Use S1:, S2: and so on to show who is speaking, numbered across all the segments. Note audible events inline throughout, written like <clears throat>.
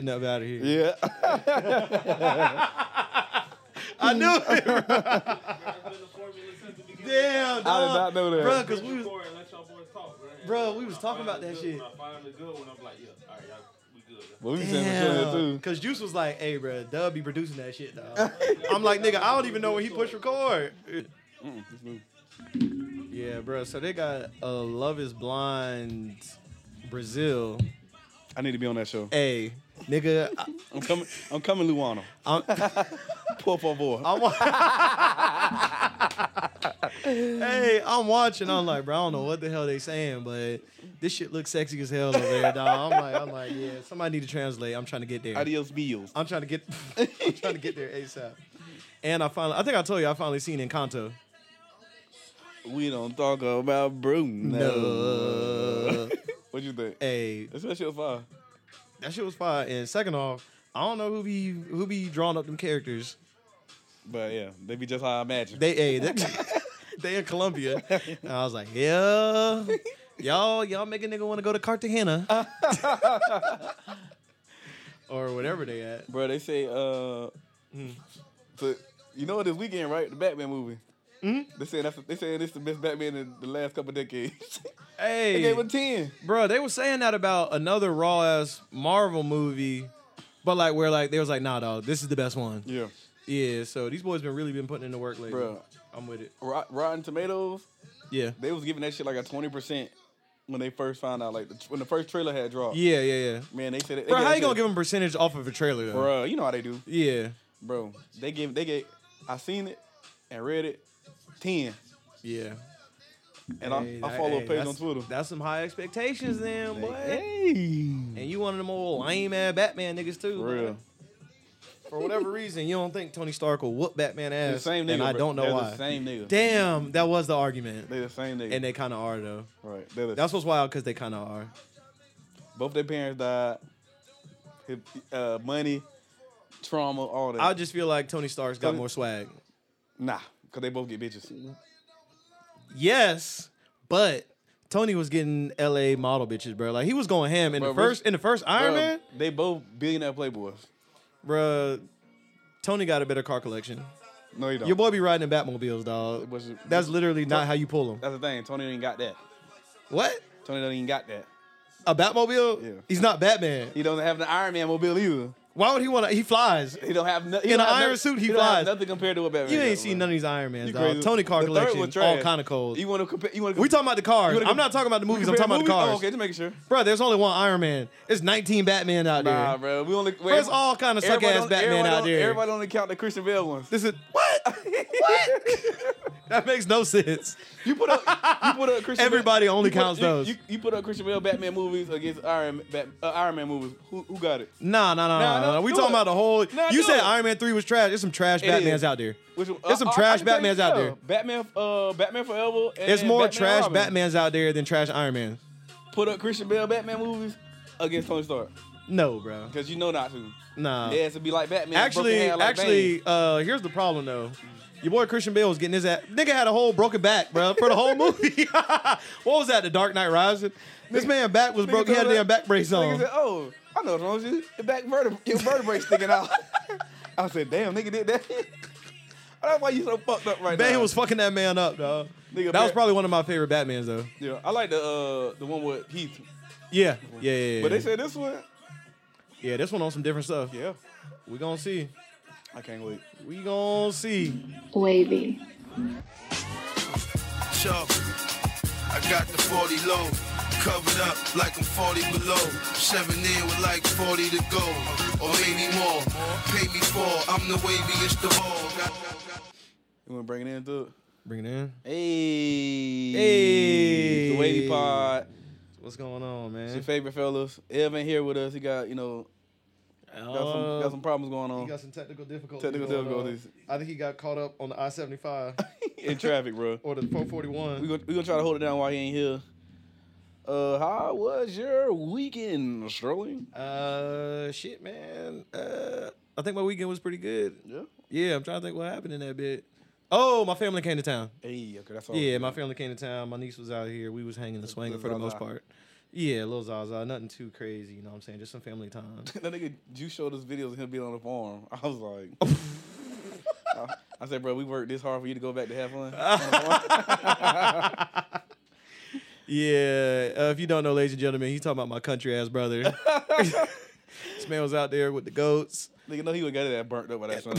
S1: getting up out of here.
S2: <laughs> Yeah.
S1: I knew it. <laughs> Damn, dog.
S2: I did not know that.
S1: Bro, because we was,
S3: let y'all boys talk, bro.
S1: Bro, we was talking about that shit.
S3: I find the good one, I'm like, yeah, all right, y'all, we good.
S2: But we was saying Michelle
S1: Damn.
S2: too.
S1: Cause Juice was like, "Hey, bro, Dub be producing that shit, dog." I'm like, "Nigga, I don't even know when he pushed record." yeah, bro. So they got a Love Is Blind Brazil.
S2: I need to be on that show.
S1: Hey, nigga, I,
S2: I'm coming. I'm coming, Luana. <laughs>
S1: I'm,
S2: Por favor.
S1: I'm wa- <laughs> hey, I'm watching. I'm like, bro, I don't know what the hell they saying, but this shit looks sexy as hell over there, dog. I'm like, I'm like, yeah, somebody need to translate. I'm trying to get there.
S2: Adios, meals.
S1: I'm trying to get <laughs> I'm trying to get there ASAP. And I finally I think I told you I finally seen Encanto.
S2: We don't talk about Bruno.
S1: No. Eh.
S2: What you think?
S1: hey,
S2: That's that shit was fire.
S1: that shit was fire. And second off, I don't know who be who be drawing up them characters.
S2: But yeah, they be just how I imagine.
S1: They hey, they,
S2: <laughs>
S1: they in Colombia. And I was like, yeah. Y'all, y'all make a nigga want to go to
S2: <laughs>
S1: Cartagena. or whatever they at.
S2: Bro, they say uh,
S1: Hmm.
S2: so, you know this weekend, right? The Batman movie.
S1: Hmm?
S2: They saying that's they saying this the best Batman in the last couple decades. <laughs> they
S1: Hey.
S2: gave it a ten.
S1: Bro, they were saying that about another raw ass Marvel movie, but like where like they was like, nah, dog, this is the best one. Yeah,
S2: Yeah,
S1: so these boys been really been putting in the work lately.
S2: Bro.
S1: I'm with it.
S2: Rot- Rotten Tomatoes.
S1: Yeah.
S2: They was giving that shit like a twenty percent when they first found out, like the, when the first trailer had dropped.
S1: Yeah, yeah, yeah.
S2: Man, they said. They
S1: Bro,
S2: gave
S1: how
S2: that
S1: you gonna
S2: shit-
S1: give them percentage off of a trailer though?
S2: Bro, you know how they do.
S1: Yeah.
S2: Bro, they give they get. I seen it and read it. Ten.
S1: Yeah.
S2: And I-
S1: Hey,
S2: I,
S1: that-
S2: follow
S1: hey,
S2: a page on
S1: that's-
S2: Twitter.
S1: That's some high expectations then, boy.
S2: Hey.
S1: And you one of them old lame ass Batman niggas too.
S2: For
S1: boy.
S2: real.
S1: For whatever reason, you don't think Tony Stark will whoop Batman ass.
S2: They the same nigga.
S1: And I
S2: bro.
S1: don't know
S2: They're
S1: why.
S2: The same nigga.
S1: Damn, that was the argument.
S2: They the same nigga.
S1: And they kinda are though.
S2: right. They're the,
S1: That's what's wild because they kind of are.
S2: both their parents died. His, uh, money, trauma, all that.
S1: I just feel like Tony Stark's got
S2: Tony-
S1: more swag.
S2: nah, cause they both get bitches.
S1: Yes, but Tony was getting L.A. model bitches, bro. Like he was going ham in
S2: Bro,
S1: the first in the first Iron
S2: Bruh,
S1: Man,
S2: They both billionaire playboys.
S1: bro. Tony got a better car collection.
S2: No, you don't.
S1: Your boy be riding in Batmobiles, dog.
S2: was-
S1: That's literally not how you pull them.
S2: That's the thing. Tony ain't got that.
S1: What?
S2: Tony don't even got that.
S1: A Batmobile?
S2: Yeah.
S1: He's not Batman.
S2: He doesn't have the Iron Man mobile either.
S1: Why would he want to? He flies.
S2: He don't have nothing.
S1: In an iron suit, he flies.
S2: nothing compared to what Batman.
S1: You
S2: got,
S1: ain't seen
S2: bruh.
S1: none of these Iron Mans,
S2: You
S1: dog.
S2: crazy.
S1: Tony car
S2: The third
S1: collection,
S2: was
S1: all
S2: trash.
S1: kind of cold.
S2: You want to compare? You want to?
S1: We talking about the cars.
S2: You wanna
S1: I'm not talking about the movies. I'm talking about the cars.
S2: Oh, okay, just making sure.
S1: Bro, there's only one Iron Man. There's 19 Batman out there.
S2: Nah, bro. We only.
S1: There's all kind of suck
S2: everybody
S1: ass
S2: don't-
S1: Batman
S2: everybody
S1: out
S2: don't-
S1: there.
S2: Everybody only count the Christian Bale ones.
S1: This is
S2: <laughs>
S1: what? what? <laughs> that makes no sense.
S2: You put up, you put up Christian.
S1: Everybody
S2: Bale-
S1: only
S2: you put up-
S1: counts
S2: you-
S1: those.
S2: You, you put up Christian Bale Batman movies against Iron Bat, uh, Iron Man movies. Who who got it?
S1: Nah, nah, nah, nah.
S2: Nah,
S1: nah,
S2: no,
S1: We
S2: do
S1: talking
S2: it.
S1: about the whole.
S2: Nah,
S1: you
S2: do
S1: said
S2: it.
S1: Iron Man three was trash. There's some trash
S2: It
S1: Batmans
S2: is.
S1: out there.
S2: Which, one- Uh,
S1: There's some
S2: I- I- I
S1: trash
S2: can tell you,
S1: Batmans out
S2: yeah,
S1: there.
S2: Batman, uh, Batman Forever. And
S1: There's more
S2: Batman
S1: trash
S2: Robin.
S1: Batmans out there than trash Iron Man.
S2: Put up Christian Bale Batman movies against Tony Stark
S1: No, bro.
S2: because you know not to.
S1: Nah.
S2: It has to be like Batman.
S1: actually,
S2: broken hair like
S1: actually,
S2: Bane.
S1: uh, here's the problem though. Your boy Christian Bale was getting his ass. Nigga had a whole broken back, bro, for the whole movie. <laughs> what was that? The Dark Knight Rising. This man back was
S2: Nigga
S1: broke. He had a
S2: told
S1: damn
S2: that-
S1: back brace
S2: nigga
S1: on.
S2: said, "Oh, I know what's wrong with you. Your back vertebra, your vertebrae sticking out." <laughs> I said, "Damn, nigga did that." <laughs> That's why you so fucked up right now.
S1: Bane was fucking that man up, dog.
S2: Nigga,
S1: that was
S2: Bat-
S1: probably one of my favorite Batmans though.
S2: Yeah, I like the uh the one with Heath.
S1: Yeah, yeah, yeah. yeah.
S2: But they said this one.
S1: yeah, this one on some different stuff.
S2: Yeah,
S1: We gonna see.
S2: I can't wait.
S1: We gonna see.
S4: Wavy.
S5: Chubb. I got the 40 low, covered up like I'm 40 below. Seven in with like 40 to go, or maybe more. Pay me for, I'm the waviest of all. Got- got- got-
S2: You want to bring it in, dude?
S1: Bring it in.
S2: Hey,
S1: Hey.
S2: the Wavy Pod.
S1: What's going on,
S2: It's your
S1: man?
S2: favorite fellas. Ev ain't here with us. He got you know got some got some problems going
S1: Oh. Uh, He
S2: on
S1: got some technical difficulties.
S2: Technical
S1: going on.
S2: difficulties.
S1: I think he got caught up on the I seventy five
S2: <laughs> <laughs> in traffic, bro.
S1: or the four forty
S2: We
S1: one.
S2: gonna we gonna try to hold it down while he ain't here. Uh, how was your weekend, Sterling?
S1: Uh, shit, man. Uh, I think my weekend was pretty good.
S2: Yeah.
S1: Yeah, I'm trying to think what happened in that bit. Oh, my family came to town.
S2: Hey, okay, that's all.
S1: Yeah, my family came to town. My niece was out here. We was hanging the swanger for the most part. Yeah, Lil Zaza, nothing too crazy. You know what I'm saying? Just some family time.
S2: <laughs> that nigga you showed us videos of him being on the farm. <laughs> I
S1: <laughs>
S2: was like, I, I said, bro, we worked this hard for you to go back to
S1: <laughs>
S2: have fun. on the farm."
S1: Yeah, uh, if you don't know, ladies and gentlemen, he's talking about my country ass brother. <laughs> this man was out there with the goats.
S2: Nigga, no, he would got it that burnt up by that sun.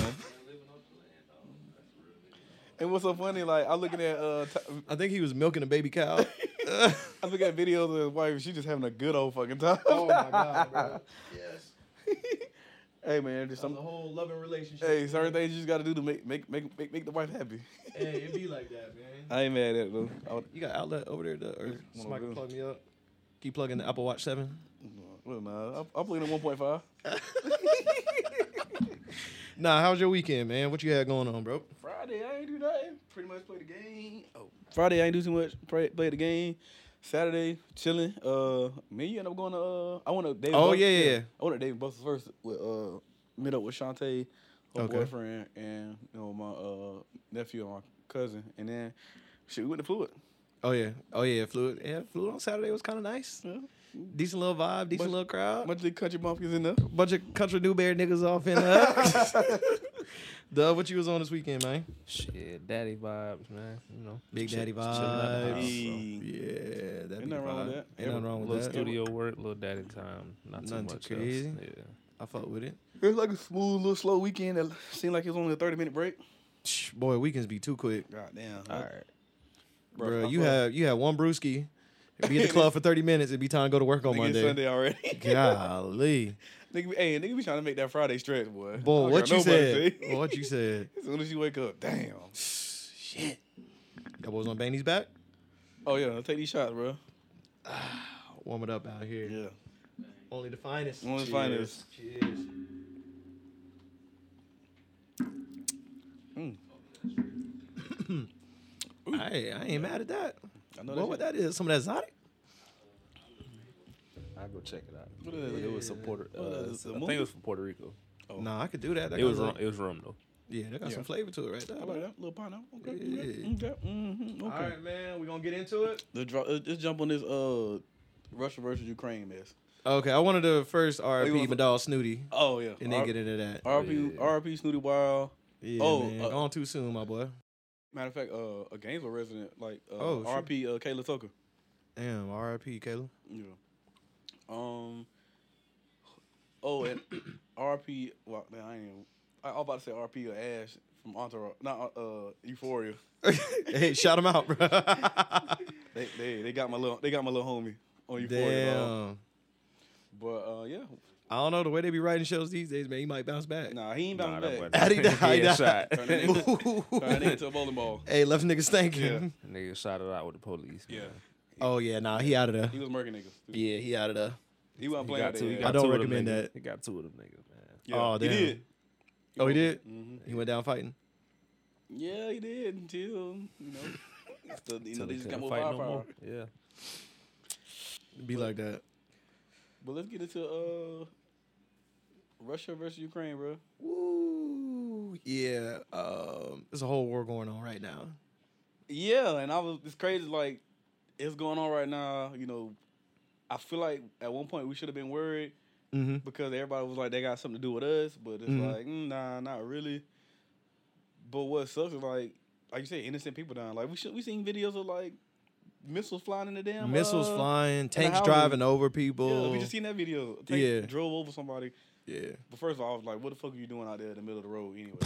S2: and what's so funny? Like I looking at uh, t-
S1: I think he was milking a baby <laughs> cow.
S2: I look at videos of his wife. She just having a good old fucking time.
S1: Oh my god, bro! Yes,
S2: <laughs> hey man, just
S1: some
S2: some.
S1: whole loving relationship.
S2: Hey, certain things you just gotta do to make make make make, make the wife happy.
S1: Hey, it be like that, man.
S2: I ain't mad at it though. I would,
S1: You got outlet over there, though, or
S2: One
S1: somebody can
S2: over there.
S1: plug me up. Keep plugging the Apple Watch Seven. <laughs>
S2: well, nah, I'm playing at one point five.
S1: Nah, how was your weekend, man? What you had going on, bro?
S2: Friday, I ain't do nothing. Pretty much play the game. Oh, Friday, I ain't do too much. Play, play the game. Saturday, chilling. Uh, me, and you end up going to. Uh, I went to David.
S1: Oh,
S2: Buster's-
S1: yeah, yeah, yeah.
S2: I went to David Buster's first with uh, meet up with Shantae, her
S1: Okay.
S2: boyfriend, and you know my uh nephew and my cousin, and then shit, we went to Fluid.
S1: Oh yeah, oh yeah, fluid. Yeah, fluid on Saturday was kind of nice.
S2: Yeah.
S1: Decent little vibe, decent
S2: Bunch-
S1: little crowd.
S2: Bunch of the country bumpkins in there.
S1: bunch of country new bear niggas off in <laughs> up. Duh, what you was on this weekend, man?
S4: Shit, daddy vibes, man. You know,
S1: Big
S4: chill-
S1: Daddy
S4: just chilling out the house,
S1: vibes.
S4: so.
S1: Yeah, that
S2: nothing wrong with that.
S1: Ain't nothing wrong
S4: Little
S1: with that.
S4: studio work, little daddy time. Not
S1: Nothing
S4: too
S1: too
S4: much. else.
S1: crazy.
S4: Yeah.
S1: I fuck with it.
S2: It was like a smooth, little slow weekend. That seemed like it was only a thirty minute break.
S1: Shh, Boy, weekends be too quick,
S2: God damn.
S4: All right.
S1: bro. You have you have one brewski, be at
S2: <laughs>
S1: the club for thirty minutes. It'd be time to go to work on
S2: Nigga, it's
S1: Monday.
S2: Sunday already. <laughs>
S1: Golly,
S2: Nigga, be- hey, nigga be trying to make that Friday stretch, boy. I
S1: boy,
S2: don't
S1: what
S2: care
S1: you
S2: nobody
S1: said? What you said?
S2: <laughs> as soon as you wake up, damn.
S1: Shit. That boy's on Baney's back.
S2: Oh yeah, I'll take these shots, bro.
S1: Warm it up out here.
S2: Yeah.
S1: Only the finest.
S2: Only the
S1: Cheers.
S2: finest.
S1: Cheers.
S2: Mm.
S1: Mm. <coughs> I, I ain't mad at that.
S2: I know
S1: what would that is? Some of that exotic?
S4: I'll go check it out.
S2: What is
S4: it,
S2: it?
S4: was some Puerto.
S2: is
S4: Uh,
S2: it,
S4: s-
S2: the
S4: I think
S2: movie?
S4: it was from Puerto Rico.
S2: Oh.
S1: Nah, I could do that. that
S4: It was
S1: got
S4: rum.
S1: some-
S4: It was rum though.
S1: Yeah, that got
S2: Yeah.
S1: some flavor to it right there.
S2: I like that little pine. Okay. okay,
S1: Yeah.
S2: Okay. Mm-hmm. Okay.
S1: man, we gonna get into it.
S2: The dro- uh, let's jump on this uh Russia versus Ukraine mess.
S1: Okay, I wanted to first RP
S2: want-
S1: Madal Snooty
S2: Oh yeah.
S1: and then
S2: R-
S1: get into that.
S2: RP
S4: Yeah.
S2: RP Snooty Wild.
S1: Yeah,
S2: oh,
S1: man.
S2: uh,
S1: gone too soon, my boy.
S2: Matter of fact, uh, a Gainesville resident like uh,
S1: Oh, sure.
S2: RP uh, Kayla Tucker.
S1: Damn, RIP
S2: <laughs>
S1: Caleb.
S2: Yeah. Um. Oh, and <clears throat> RP. Well, man, I ain't. Even, I, I was about to say RP or Ash from Entourage, not uh, Euphoria.
S1: hey, shout him out, bro.
S2: They, they they got my little they got my little homie on Euphoria. dog.
S1: Damn.
S2: But uh, yeah,
S1: I don't know the way they be writing shows these days, man. He might bounce back.
S2: nah, he ain't
S4: Nah,
S2: bound
S1: <laughs>
S4: that
S2: back.
S4: wasn't-
S1: How'd he die?
S4: He
S1: How'd
S4: had
S1: he
S4: shot.
S2: Turn that nigga,
S1: <laughs>
S2: turn that nigga to a bowling ball.
S1: hey, left niggas thinking.
S4: Nigga shot it out with the police.
S2: Yeah,
S4: man.
S1: Oh yeah, nah, he out of there.
S2: he was murking niggas. Too.
S1: Yeah, he out of there.
S2: He wasn't
S4: He
S2: playing
S4: got
S2: out
S4: two. He
S2: there.
S4: got
S1: I don't
S4: two of them
S1: recommend
S4: niggas.
S1: that.
S4: He got two of them niggas, man.
S2: Yeah,
S1: Oh, damn.
S2: He did.
S1: Oh, he did.
S2: hmm
S1: He went down fighting.
S2: Yeah, he did until you know, until, you know
S4: Till
S2: they
S4: he
S2: just got
S4: couldn't
S2: more
S4: fight no
S2: firepower.
S4: more. Yeah.
S1: Be like that.
S2: But let's get into uh Russia versus Ukraine, bro.
S1: Woo. Yeah. Um, there's a whole war going on right now.
S2: Yeah, and I was it's crazy like it's going on right now. You know, I feel like at one point we should have been worried
S1: Mm-hmm.
S2: because everybody was like they got something to do with us, but it's
S1: Mhm.
S2: like mm, nah, not really. But what sucks is like like you say, innocent people dying. Like we should we seen videos of like missiles flying in the damn
S1: Missiles
S2: uh,
S1: flying, tanks
S2: houses.
S1: driving over
S2: Yeah,
S1: people.
S2: we just seen that video. Tank
S1: Yeah.
S2: drove over somebody.
S1: yeah.
S2: But first of all, I was like, "What the fuck are you doing out there in the middle of the road anyway?"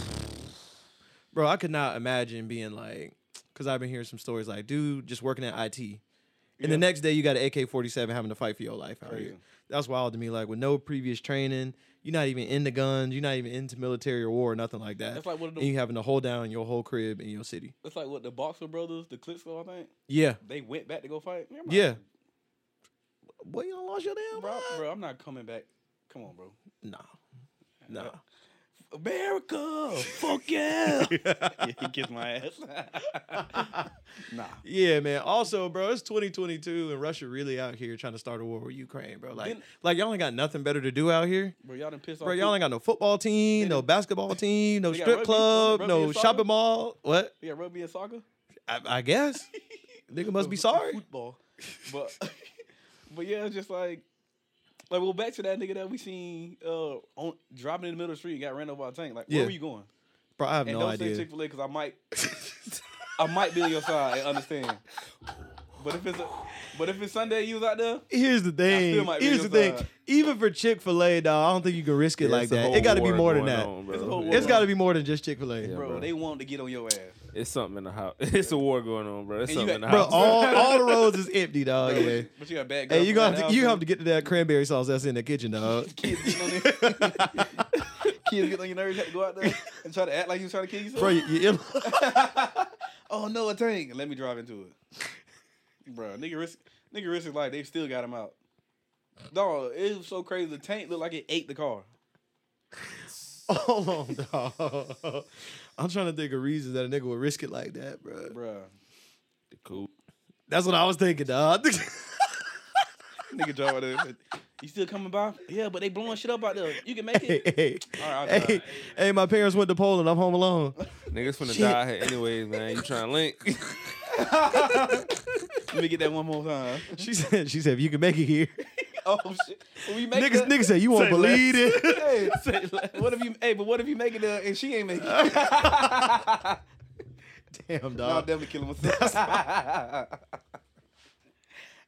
S1: Bro, I could not imagine being like, because I've been hearing some stories like, dude, just working at IT. And
S2: Yeah.
S1: the next day, you got an AK 47 having to fight for your life out
S2: Crazy.
S1: here. That's wild to me. Like, with no previous training, you're not even into guns, you're not even into military or war, nothing like that.
S2: That's like one of
S1: and <laughs>
S2: them.
S1: you having to hold down your whole crib in your city.
S2: That's like what the Boxer brothers, the Klitschko, I think
S1: Yeah.
S2: they went back to go fight. Man, I'm not-
S1: Yeah. Boy, you don't lost your damn
S2: bro,
S1: mind.
S2: bro, I'm not coming back. Come on, bro.
S1: Nah. Nah. <laughs>
S2: America, fuck yeah. yeah he kissed my ass. nah,
S1: Yeah, man. Also, bro, it's 2022 and Russia really out here trying to start a war with Ukraine, bro. Like,
S2: Then-
S1: like y'all ain't got nothing better to do out here.
S2: bro, y'all done pissed off.
S1: Bro, y'all ain't got no football team, no basketball team, no
S2: They got
S1: strip
S2: rugby-
S1: club,
S2: rugby
S1: no
S2: and soccer?
S1: shopping mall. What?
S2: yeah, rugby and soccer. <laughs>
S1: I, I guess. Nigga must be sorry.
S2: Football, but <laughs> but yeah, it's just like, like well, back to that nigga that we seen uh on dropping in the middle of the street, got ran over by a tank. Like,
S1: Yeah.
S2: where were you going?
S1: Bro, I have
S2: And
S1: no
S2: don't say
S1: idea.
S2: Chick Fil A because
S1: <laughs>
S2: I might, I might be on your side and understand. But if it's a, but if it's Sunday, you was out there.
S1: Here's the thing.
S2: might uh, be
S1: Here's the
S2: your
S1: thing.
S2: side.
S1: Even for Chick Fil A, dog, I don't think you can risk it like that. It got to be more than that.
S2: It's a whole war
S1: It's
S2: going
S1: got to be more than just Chick Fil A.
S4: Yeah,
S2: Bro,
S4: bro.
S2: they want to get on your ass.
S4: It's something in the house. <laughs> It's a war going on, bro. It's
S2: And you
S4: something in
S2: got-
S4: the
S1: Bro,
S4: house.
S1: all, all the roads is empty, dog.
S2: But you-
S1: Yeah.
S2: But you got bad girls.
S1: Hey, you gonna have to, you have to get to that cranberry sauce that's in the kitchen, <laughs> dog.
S2: kids get on your <laughs> kids get on your nerves. You have to go out there and try to act like you was trying to kill yourself.
S1: Bro, you, you, <laughs>
S2: oh no, a tank. Let me drive into it, bro. Nigga risk, nigga risk his life. They still got him out. Dog, it was so crazy. The tank looked like it ate the car.
S1: hold on, dog. I'm trying to think of reasons that a nigga would risk it like that, bro.
S2: Bruh.
S4: cool.
S1: That's what I was thinking, <laughs> dog.
S2: Nigga drive out there. and said, You still coming by? Yeah, but they blowing shit up out there. You can make
S1: hey,
S2: it.
S1: hey,
S2: All right, I'll
S1: hey,
S2: drive.
S1: hey, my parents went to Poland. I'm home alone.
S4: Niggas finna die here anyways, man. You trying to link?
S2: <laughs> Let me get that one more time.
S1: She <laughs> said, she said, if you can make it here,
S2: <laughs> Oh shit. We <laughs> make
S1: niggas,
S2: that-
S1: niggas said you won't
S4: Say
S1: believe it.
S2: <laughs> Hey, what if you? Hey, but what if you make it uh, and she ain't make it? <laughs> no,
S1: Damn,
S2: I'll
S1: dog.
S2: definitely kill myself. <laughs>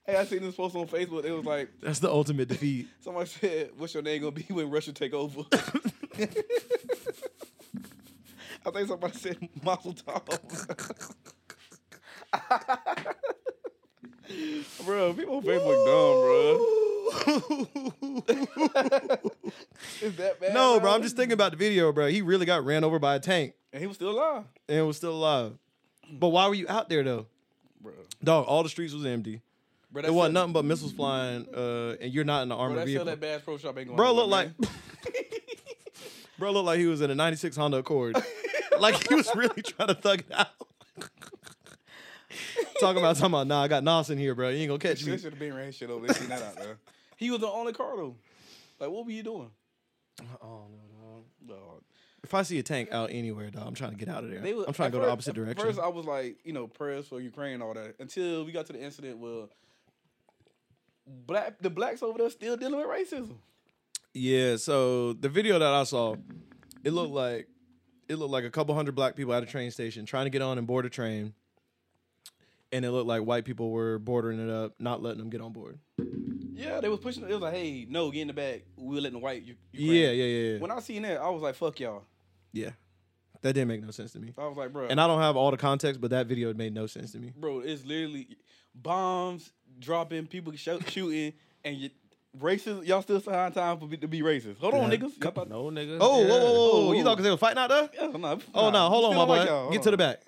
S2: hey, I seen this post on Facebook. It was like
S1: That's the ultimate
S2: <laughs>
S1: defeat.
S2: somebody said, "What's your name gonna be when Russia take over?" <laughs> I think somebody said Mazel Tov. <laughs> bro, people on Facebook dumb, bro. Is that bad?
S1: no, bro, I'm just thinking about the video, bro. He really got ran over by a tank
S2: And he was still alive,
S1: and was still alive. But why were you out there though?
S2: bro.
S1: Dog, all the streets was empty.
S2: bro
S1: It
S2: that
S1: wasn't
S2: shit-
S1: nothing but missiles flying, uh, and you're not in the
S2: Bro,
S1: armored
S2: that
S1: vehicle.
S2: sell that Bass Pro Shop ain't going.
S1: Bro
S2: nowhere,
S1: looked like,
S2: man.
S1: bro looked like he was in a '96 Honda Accord. <laughs> like he was really trying to thug it out. <laughs> talking about talking about nah, I got Nas in here, bro. You ain't gonna catch
S2: <laughs>
S1: me.
S2: They should have been ran shit over. They seen that out there. He was the only car though. Like, what were you doing? Uh,
S1: Oh no, dog.
S2: Dog.
S1: If I see a tank out anywhere, dog, I'm trying to get out of there.
S2: They was,
S1: I'm trying to
S2: at
S1: go the
S2: fir-
S1: opposite
S2: at
S1: direction.
S2: First, I was like, you know, prayers for Ukraine, all that. Until we got to the incident where black the blacks over there still dealing with racism.
S1: yeah. So the video that I saw, it looked like it looked like a couple hundred black people at a train station trying to get on and board a train, and it looked like white people were bordering it up, not letting them get on board.
S2: Yeah, they was pushing. It was like, hey, no, get in the back. We're letting the white. U- Ukraine.
S1: Yeah, yeah, yeah, yeah.
S2: When I seen that, I was like, fuck y'all.
S1: yeah, that didn't make no sense to me.
S2: I was like, bro.
S1: And I don't have all the context, but that video made no sense to me.
S2: bro, it's literally bombs dropping, people shoot, shooting, and you, racist. Y'all still sign time for be, to be racist. Hold on,
S1: Yeah.
S2: niggas. Y'all thought,
S4: <laughs> No, nigga.
S1: Oh,
S4: Yeah.
S1: whoa, whoa, whoa, whoa!
S2: Oh,
S1: You thought 'cause they were fighting out there?
S2: Yeah, nah,
S1: Oh no!
S2: nah,
S1: hold on,
S2: we
S1: my
S2: still
S1: boy.
S2: like y'all,
S1: Get
S2: hold
S1: to the
S2: on.
S1: back.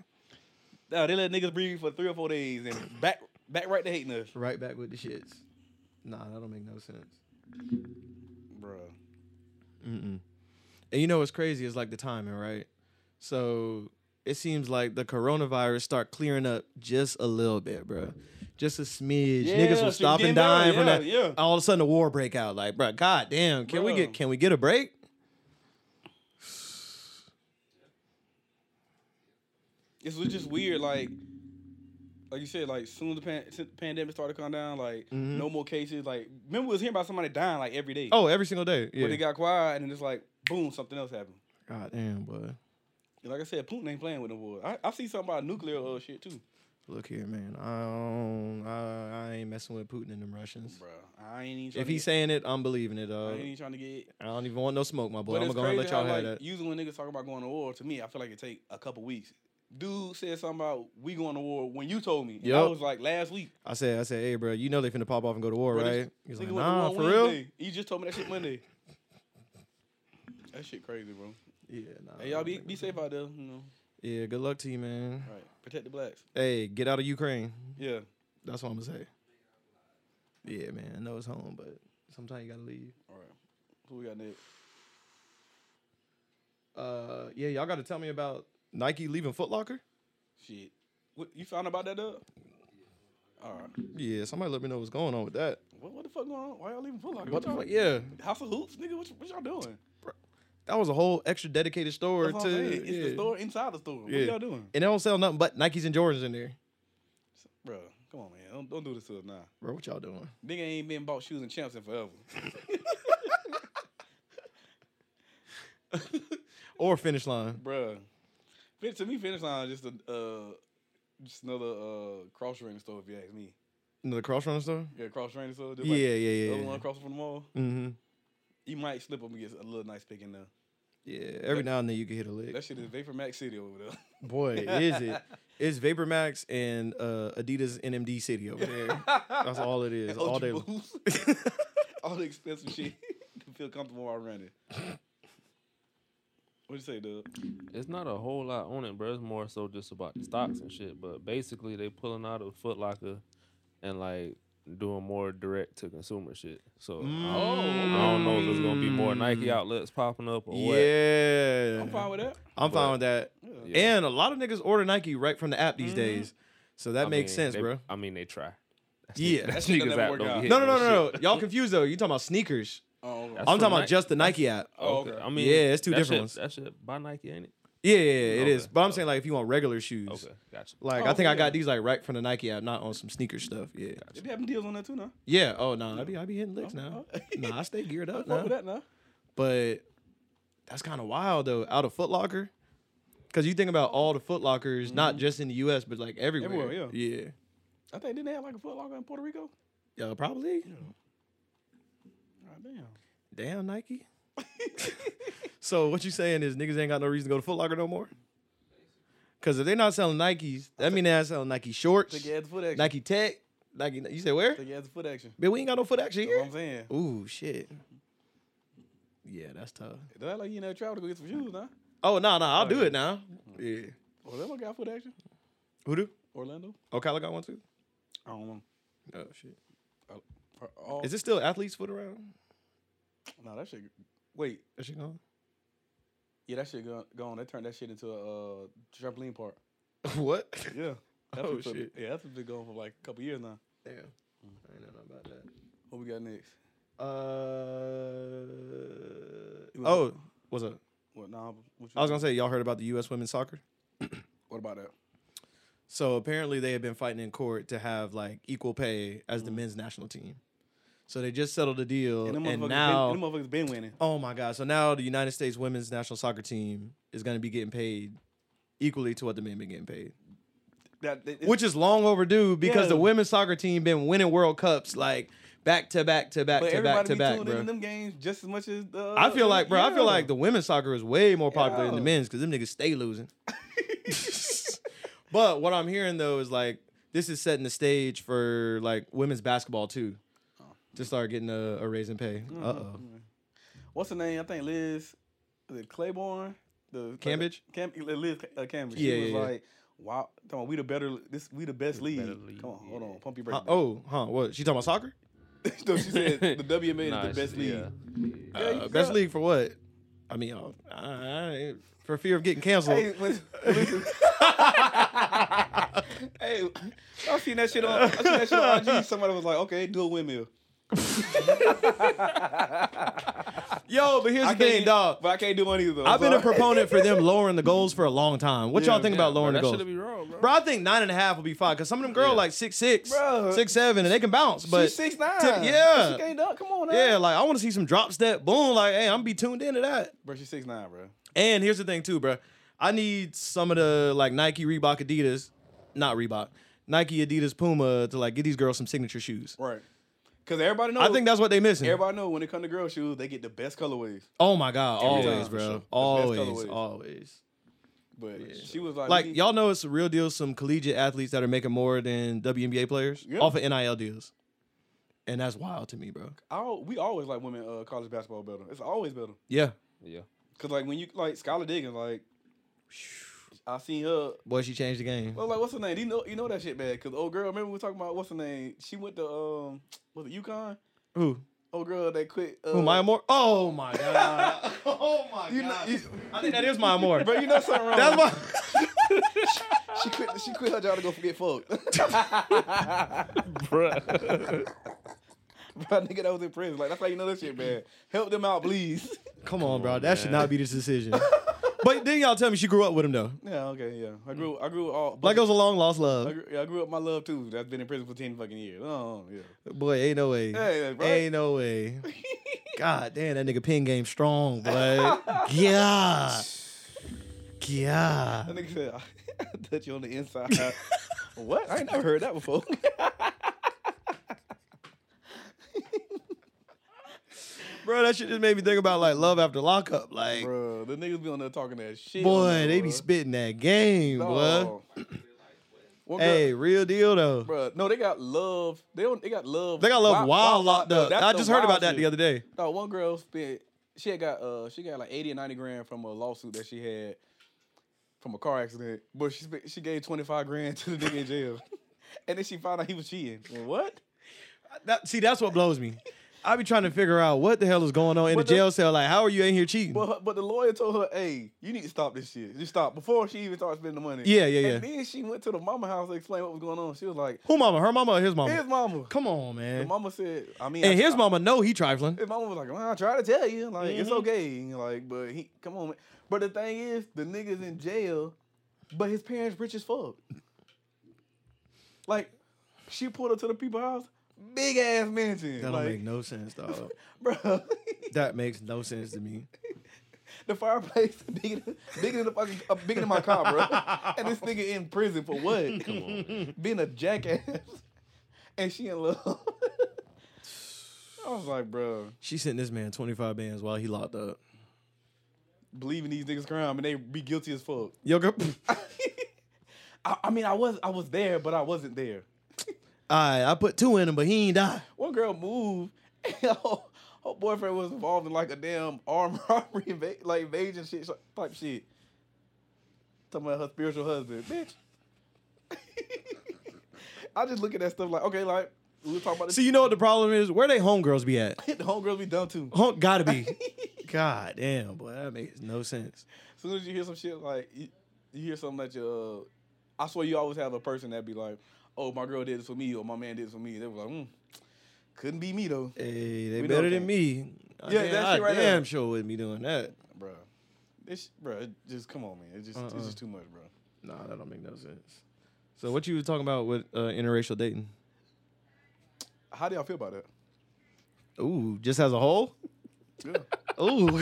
S2: Nah, they let niggas breathe for three or four days and back back right to hating us,
S1: Right back with the shits. Nah, that don't make no sense.
S2: bro.
S1: And you know what's crazy is like the timing, right? So it seems like the coronavirus start clearing up just a little bit, bro. Just a smidge.
S2: Yeah,
S1: Niggas
S2: she
S1: will
S2: was
S1: stop and
S2: getting better,
S1: dying from
S2: yeah,
S1: that.
S2: yeah.
S1: All of a sudden, the war break out. Like, bro, goddamn, can we
S2: Bruh.
S1: get can we get a break?
S2: It's was just weird, like. Like you said, like soon as the, pan- since the pandemic started to come down, like no more cases. Like remember, we was hearing about somebody dying like every day.
S1: Mm-hmm. Oh, every single day. Yeah.
S2: but it got quiet, and then it's like boom, something else happened.
S1: God damn, boy.
S2: And like I said, Putin ain't playing with the war. I, I see something about nuclear uh, shit too.
S1: Look here, man. I don't, I, I ain't messing with Putin and them Russians.
S2: Bro, I ain't even. Trying
S1: If
S2: to
S1: he's
S2: get,
S1: saying it, I'm believing it,
S2: I
S1: dog.
S2: ain't even trying to get.
S1: I don't even want no smoke, my boy.
S2: But
S1: I'm
S2: it's
S1: gonna
S2: crazy
S1: let
S2: how,
S1: y'all have
S2: like,
S1: that.
S2: Usually when niggas talk about going to war, to me, I feel like it take a couple weeks. Dude said something about we going to war when you told me. And I
S1: Yup.
S2: was like last week.
S1: I said, I said, hey, bro, you know they finna pop off and go to war,
S2: bro, this
S1: right? He's
S2: nigga
S1: like,
S2: went to
S1: nah,
S2: war
S1: for real.
S2: Wednesday. He just told me that shit Monday. that shit crazy, bro.
S1: Yeah, nah.
S2: Hey, y'all
S1: I
S2: be
S1: don't
S2: be
S1: think-
S2: safe out there. You know,
S1: Yeah, good luck to you, man.
S2: right? Protect the blacks.
S1: Hey, get out of Ukraine.
S2: Yeah.
S1: That's what I'm gonna say. Yeah, man. I know it's home, but sometimes you gotta leave.
S2: All right. Who we got next?
S1: Uh, yeah, y'all gotta tell me about Nike leaving Foot Locker.
S2: Shit. What you found about that, Doug? All right.
S1: Yeah, somebody let me know what's going on with that.
S2: What, what the fuck going on? Why y'all leaving Foot Locker?
S1: What the
S2: y'all-
S1: fuck? Yeah,
S2: House of Hoops, nigga. What, y- what y'all doing?
S1: that was a whole extra dedicated store
S2: That's
S1: to.
S2: what I'm saying. It's
S1: yeah.
S2: the store inside the store.
S1: Yeah.
S2: What y'all doing,
S1: And they don't sell nothing but Nikes and Jordans in there.
S2: bro? Come on, man. Don't, don't do this to us now.
S1: Bro, what y'all doing?
S2: Nigga ain't been bought shoes and champs in forever.
S1: Or finish line.
S2: Bruh. Fin- To me, Finish Line is just a uh, just another uh, cross training store, if you ask me.
S1: Another cross runner store?
S2: Yeah, cross training store. just
S1: Yeah,
S2: like
S1: yeah,
S2: The
S1: yeah.
S2: other
S1: yeah.
S2: one across from the mall.
S1: Mm-hmm.
S2: You might slip up and get a little nice pick in there.
S1: Yeah, every now and then you can hit a lick.
S2: That shit is Vapor Max City over there. <laughs>
S1: Boy, is it? It's Vapor Max and uh, Adidas NMD City over
S2: <laughs>
S1: there. That's all it is.
S2: And
S1: all
S2: Ultra
S1: day. long. <laughs>
S2: Boost. <laughs> all the expensive shit <laughs> to feel comfortable while running. What'd you say, Doug?
S4: It's not a whole lot on it, bro. It's more so just about the stocks and shit. But basically, they pulling out of Foot Locker and like doing more direct to consumer shit. So I,
S2: Oh,
S4: don't, I don't know if there's gonna be more Nike outlets popping up or
S1: Mm. Yeah.
S2: I'm fine with that.
S1: I'm fine
S4: but-
S1: with that.
S4: what. Yeah.
S1: And a lot of niggas order Nike right from the app
S2: Mm-hmm.
S1: these days. So that
S4: I
S1: makes
S4: mean,
S1: sense,
S4: they- <laughs>
S1: bro.
S4: I mean, they try.
S1: Yeah.
S4: That <laughs>
S2: shit
S4: sneakers
S2: never
S4: app
S2: work
S4: don't be
S2: out.
S4: hitting
S1: No, no, no,
S4: shit.
S1: no, no. Y'all confused though. You talking about sneakers?
S2: Oh,
S4: That's
S1: I'm
S4: from
S1: talking about
S4: Nike.
S1: just the Nike app.
S2: Oh,
S4: okay.
S2: okay.
S4: I mean,
S1: Yeah, it's two
S4: that
S1: different
S4: shit, That shit by Nike, ain't it?
S1: Yeah, yeah, yeah, it
S4: Okay.
S1: is. But I'm saying like if you want regular shoes,
S4: Okay, gotcha.
S1: like
S2: Oh,
S1: I think I
S2: yeah.
S1: got these like right from the Nike app, not on some sneaker stuff. Yeah,
S2: they be having deals on that too now.
S1: yeah. Oh no, I be I be hitting licks now.
S2: oh.
S1: nah, I stay geared up
S2: Fuck with
S1: now.
S2: that now.
S1: But that's kind of wild though. Out of Foot Locker, because you think about all the Foot Lockers, not just in the U.S. but like everywhere.
S2: Everywhere,
S1: yeah.
S2: I think didn't they have like a Foot Locker in Puerto Rico?
S1: Yeah, uh, probably.
S2: God damn.
S1: Damn Nike. <laughs> so what you saying is niggas ain't got no reason to go to Foot Locker no more? Cause if they're not selling Nikes, that mean they're not selling Nike shorts,
S2: Take your ass to foot action.
S1: Nike Tech, Nike. You say where?
S2: Take your ass to foot action.
S1: Man, we ain't got no foot action
S2: That's what
S1: here.
S2: I'm saying.
S1: Ooh, shit. Yeah, that's tough.
S2: Don't act like you ain't never traveled to go get some shoes now.
S1: Oh no, no, I'll do it now. Yeah.
S2: Orlando got foot action.
S1: Who do?
S2: Orlando.
S1: Ocala got one too.
S2: I don't know.
S1: Oh shit.
S2: Pro- Uh, All,
S1: Is it still athlete's foot around?
S2: No, that shit. Wait.
S1: That shit gone? <laughs>
S2: Yeah, that shit gone. gone. They turned that shit into a uh, trampoline park.
S1: what? <laughs>
S2: Yeah. That's
S1: Oh,
S2: what's been-
S1: shit.
S2: Yeah, that's been going for like a couple years now.
S1: Damn. I ain't know nothing about that.
S2: What we got next?
S1: Uh,
S2: wanna-
S1: oh, what's up?
S2: What? Nah. What you
S1: I was gonna Oh, say y'all heard about the U.S. women's soccer.
S2: What about that?
S1: So apparently they have been fighting in court to have like equal pay as the men's national team. So they just settled a deal,
S2: Mm. And them
S1: and,
S2: motherfuckers,
S1: now
S2: been, them motherfuckers been winning.
S1: oh my god! So now the United States women's national soccer team is gonna be getting paid equally to what the men been getting paid,
S2: That, that-
S1: which is long overdue because the
S2: Yeah.
S1: women's soccer team been winning World Cups like back to back to back
S2: but
S1: to
S2: everybody
S1: back to
S2: be
S1: back,
S2: tuned into
S1: bro.
S2: them games just as much as the.
S1: I feel like, bro, I
S2: yeah.
S1: feel like the women's soccer is way more popular than the
S2: Yeah.
S1: men's because them niggas stay
S2: <laughs>
S1: losing. <laughs> but what I'm hearing though is like this is setting the stage for like women's basketball too to start getting a, a raise in pay.
S2: Mm-hmm.
S1: Uh oh.
S2: What's her name? I think Liz, the Claiborne, the uh,
S1: Cambridge?
S2: Cam, Liz uh, Cambridge.
S1: Yeah,
S2: she was
S1: yeah, yeah.
S2: like, "Wow, come on, we the better. This we the best league.
S4: better league,
S2: Come on, hold
S4: yeah.
S2: on, pump your
S1: Huh,
S2: brakes." man."
S1: oh, huh? What she talking about soccer?
S2: <laughs> no, she
S1: <laughs>
S2: said the WMA
S4: Nah,
S2: is the best
S4: shit,
S2: league.
S4: yeah.
S2: Yeah,
S1: Uh,
S2: you
S1: best
S2: got-
S1: league for what? I mean, uh, I, I, for fear of getting canceled.
S2: Hey,
S1: <laughs>
S2: listen, listen. hey, I seen that shit on. I seen that shit on IG. Somebody was like, "Okay, do a windmill."
S1: Yo, but here's
S2: I
S1: the thing,
S2: do-
S1: dog.
S2: But I can't do one either.
S1: I've been a
S2: so- <laughs>
S1: proponent for them lowering the goals for a long time. What y'all
S2: Yeah,
S1: think about lowering
S4: Bro,
S1: the
S4: that
S1: goals?
S4: should be wrong, bro.
S1: Bro, I think nine and a half will be fine because some of them girls
S4: Yeah.
S1: like six six,
S2: Bruh.
S1: six seven, and they can bounce. But
S2: She's six nine.
S1: Tip- yeah.
S2: she can't dunk. Come on, now.
S1: yeah, like I want to see some drop step, boom. Like, hey, I'm gonna be tuned into that.
S2: bro, she's six nine, bro.
S1: And here's the thing too, bro. I need some of the like Nike, Reebok, Adidas, not Reebok, Nike, Adidas, Puma to like get these girls some signature shoes.
S2: Right. Because everybody knows.
S1: I think that's what they missing.
S2: Everybody know when it come to girl shoes, they get the best colorways.
S1: oh my god,
S2: Every
S1: always,
S2: time,
S1: bro,
S2: for sure. The best
S1: always,
S2: colorways.
S1: always.
S2: But she was like,
S1: Like
S2: we-
S1: y'all know it's a real deal. Some collegiate athletes that are making more than WNBA players
S2: Yeah.
S1: off of NIL deals, and that's wild to me, bro.
S2: I, al- we always like women uh, college basketball better. It's always better.
S1: Yeah,
S4: Yeah.
S2: Cause like when you like Skylar Diggins, like I seen her.
S1: boy, she changed the game.
S2: Well, like what's her name? You know, you know that shit bad. Cause old girl, remember we were talking about what's her name? She went to um, was it UConn?
S1: Who?
S2: Old girl that quit. Uh,
S1: Who, Maya Moore? Oh my god! oh my
S2: You know, you,
S1: <laughs> I think that is Maya Moore.
S2: bro, you know something wrong.
S1: That's <laughs> my.
S2: she quit. She quit her job to go forget fucked. <laughs> bro, nigga, that was in prison. Like that's how you know that shit bad. Help them out, please. <laughs>
S1: Come on, bro. That should
S4: man.
S1: <laughs> not be this decision. But then y'all tell me she grew up with him though.
S2: Yeah, okay, yeah. I grew, I grew all.
S1: Like it was a long lost
S2: I
S1: love.
S2: grew, yeah, I grew up my love too. That's been in prison for ten fucking years. Oh, yeah.
S1: Boy, ain't no way.
S2: Hey, right?
S1: Ain't no <laughs> way. God damn, that nigga pin game strong, <laughs> boy. yeah. Yeah.
S2: That nigga said, I <laughs> touch you on the inside. <laughs> what? I ain't never heard that <laughs> before.
S1: Bro, that shit just made me think about like love after lockup. Like,
S2: <laughs> bro, the niggas be on there talking that shit. on
S1: boy,
S2: there,
S1: they
S2: bruh.
S1: be spitting that game, boy.
S2: Dog. One girl-
S1: Hey, real deal though.
S2: Bruh, no, they got love. They don't. They got love.
S1: They got love wild,
S2: Wild-
S1: locked up.
S2: That's
S1: I
S2: the
S1: just heard
S2: wild
S1: about that
S2: shit.
S1: the other day.
S2: No, one girl spent. She had got uh, she got like eighty or ninety grand from a lawsuit that she had from a car accident, but she spent, she gave twenty five grand to the nigga in <laughs> jail, and then she found out he was cheating. Well, what?
S1: That, see, that's what blows me. I be trying to figure out what the hell is going on in
S2: What
S1: the
S2: the-
S1: jail cell. Like, how are you in here cheating?
S2: But her, but the lawyer told her, "Hey, you need to stop this shit. Just stop before she even started spending the money."
S1: Yeah, yeah,
S2: And then she went to the mama house to explain what was going on. She was like,
S1: Who mama? Her mama or his mama?
S2: "His mama."
S1: Come on,
S2: The
S1: man.
S2: mama said, "I mean," I-
S1: and his
S2: I-
S1: mama know he trifling.
S2: His mama was like, well, I try to tell you, like it's
S1: Mhm.
S2: okay, like, but he, come on, man. But the thing is, the niggas in jail, but his parents rich as fuck. Like, she pulled up to the people house, big ass mansion,
S1: That don't make
S2: like,
S1: no sense, dog.
S2: bro, <laughs>
S1: that makes no sense to me.
S2: the fireplace <laughs> bigger, than- bigger than the fucking, uh, bigger than my car, <laughs> bro. and this nigga in prison for what?
S4: Come on, man.
S2: Being a jackass, <laughs> and she in love. I was like, bro,
S1: She sent this man 25 bands while he locked up.
S2: believing these niggas crime and they be guilty as fuck.
S1: Yo, girl. <laughs>
S2: I, I mean, I was I was there, but I wasn't there.
S1: I I put two in him, but he ain't die.
S2: One girl moved, <laughs> and her, her boyfriend was involved in like a damn armed <laughs> robbery, inva- like invasion shit sh- type shit. Talking about her spiritual husband, bitch. <laughs> I just look at that stuff like, okay, like we were talking about this. <laughs>
S1: See, you know what the problem is? Where they homegirls be at?
S2: the homegirls be dumb too.
S1: Home, gotta <laughs> be. God damn, boy, that makes no sense.
S2: As soon as you hear some shit like you, you hear something that you, uh, I swear you always have a person that be like, oh, my girl did this for me, or my man did this for me. They were like, mm, couldn't be me though,
S1: Hey, they
S2: We know
S1: better
S2: that.
S1: than me. I
S2: Yeah,
S1: damn,
S2: that
S1: I
S2: shit right
S1: damn
S2: there.
S1: sure wouldn't be doing that.
S2: Bruh. This, bruh, it just come on, man. It's just,
S1: Uh-uh.
S2: it's just too much, bro.
S1: Nah, that don't make no sense. So what you was talking about with uh, interracial dating?
S2: How do y'all feel about that?
S1: Ooh, just as a whole?
S2: Yeah.
S1: Ooh.
S2: I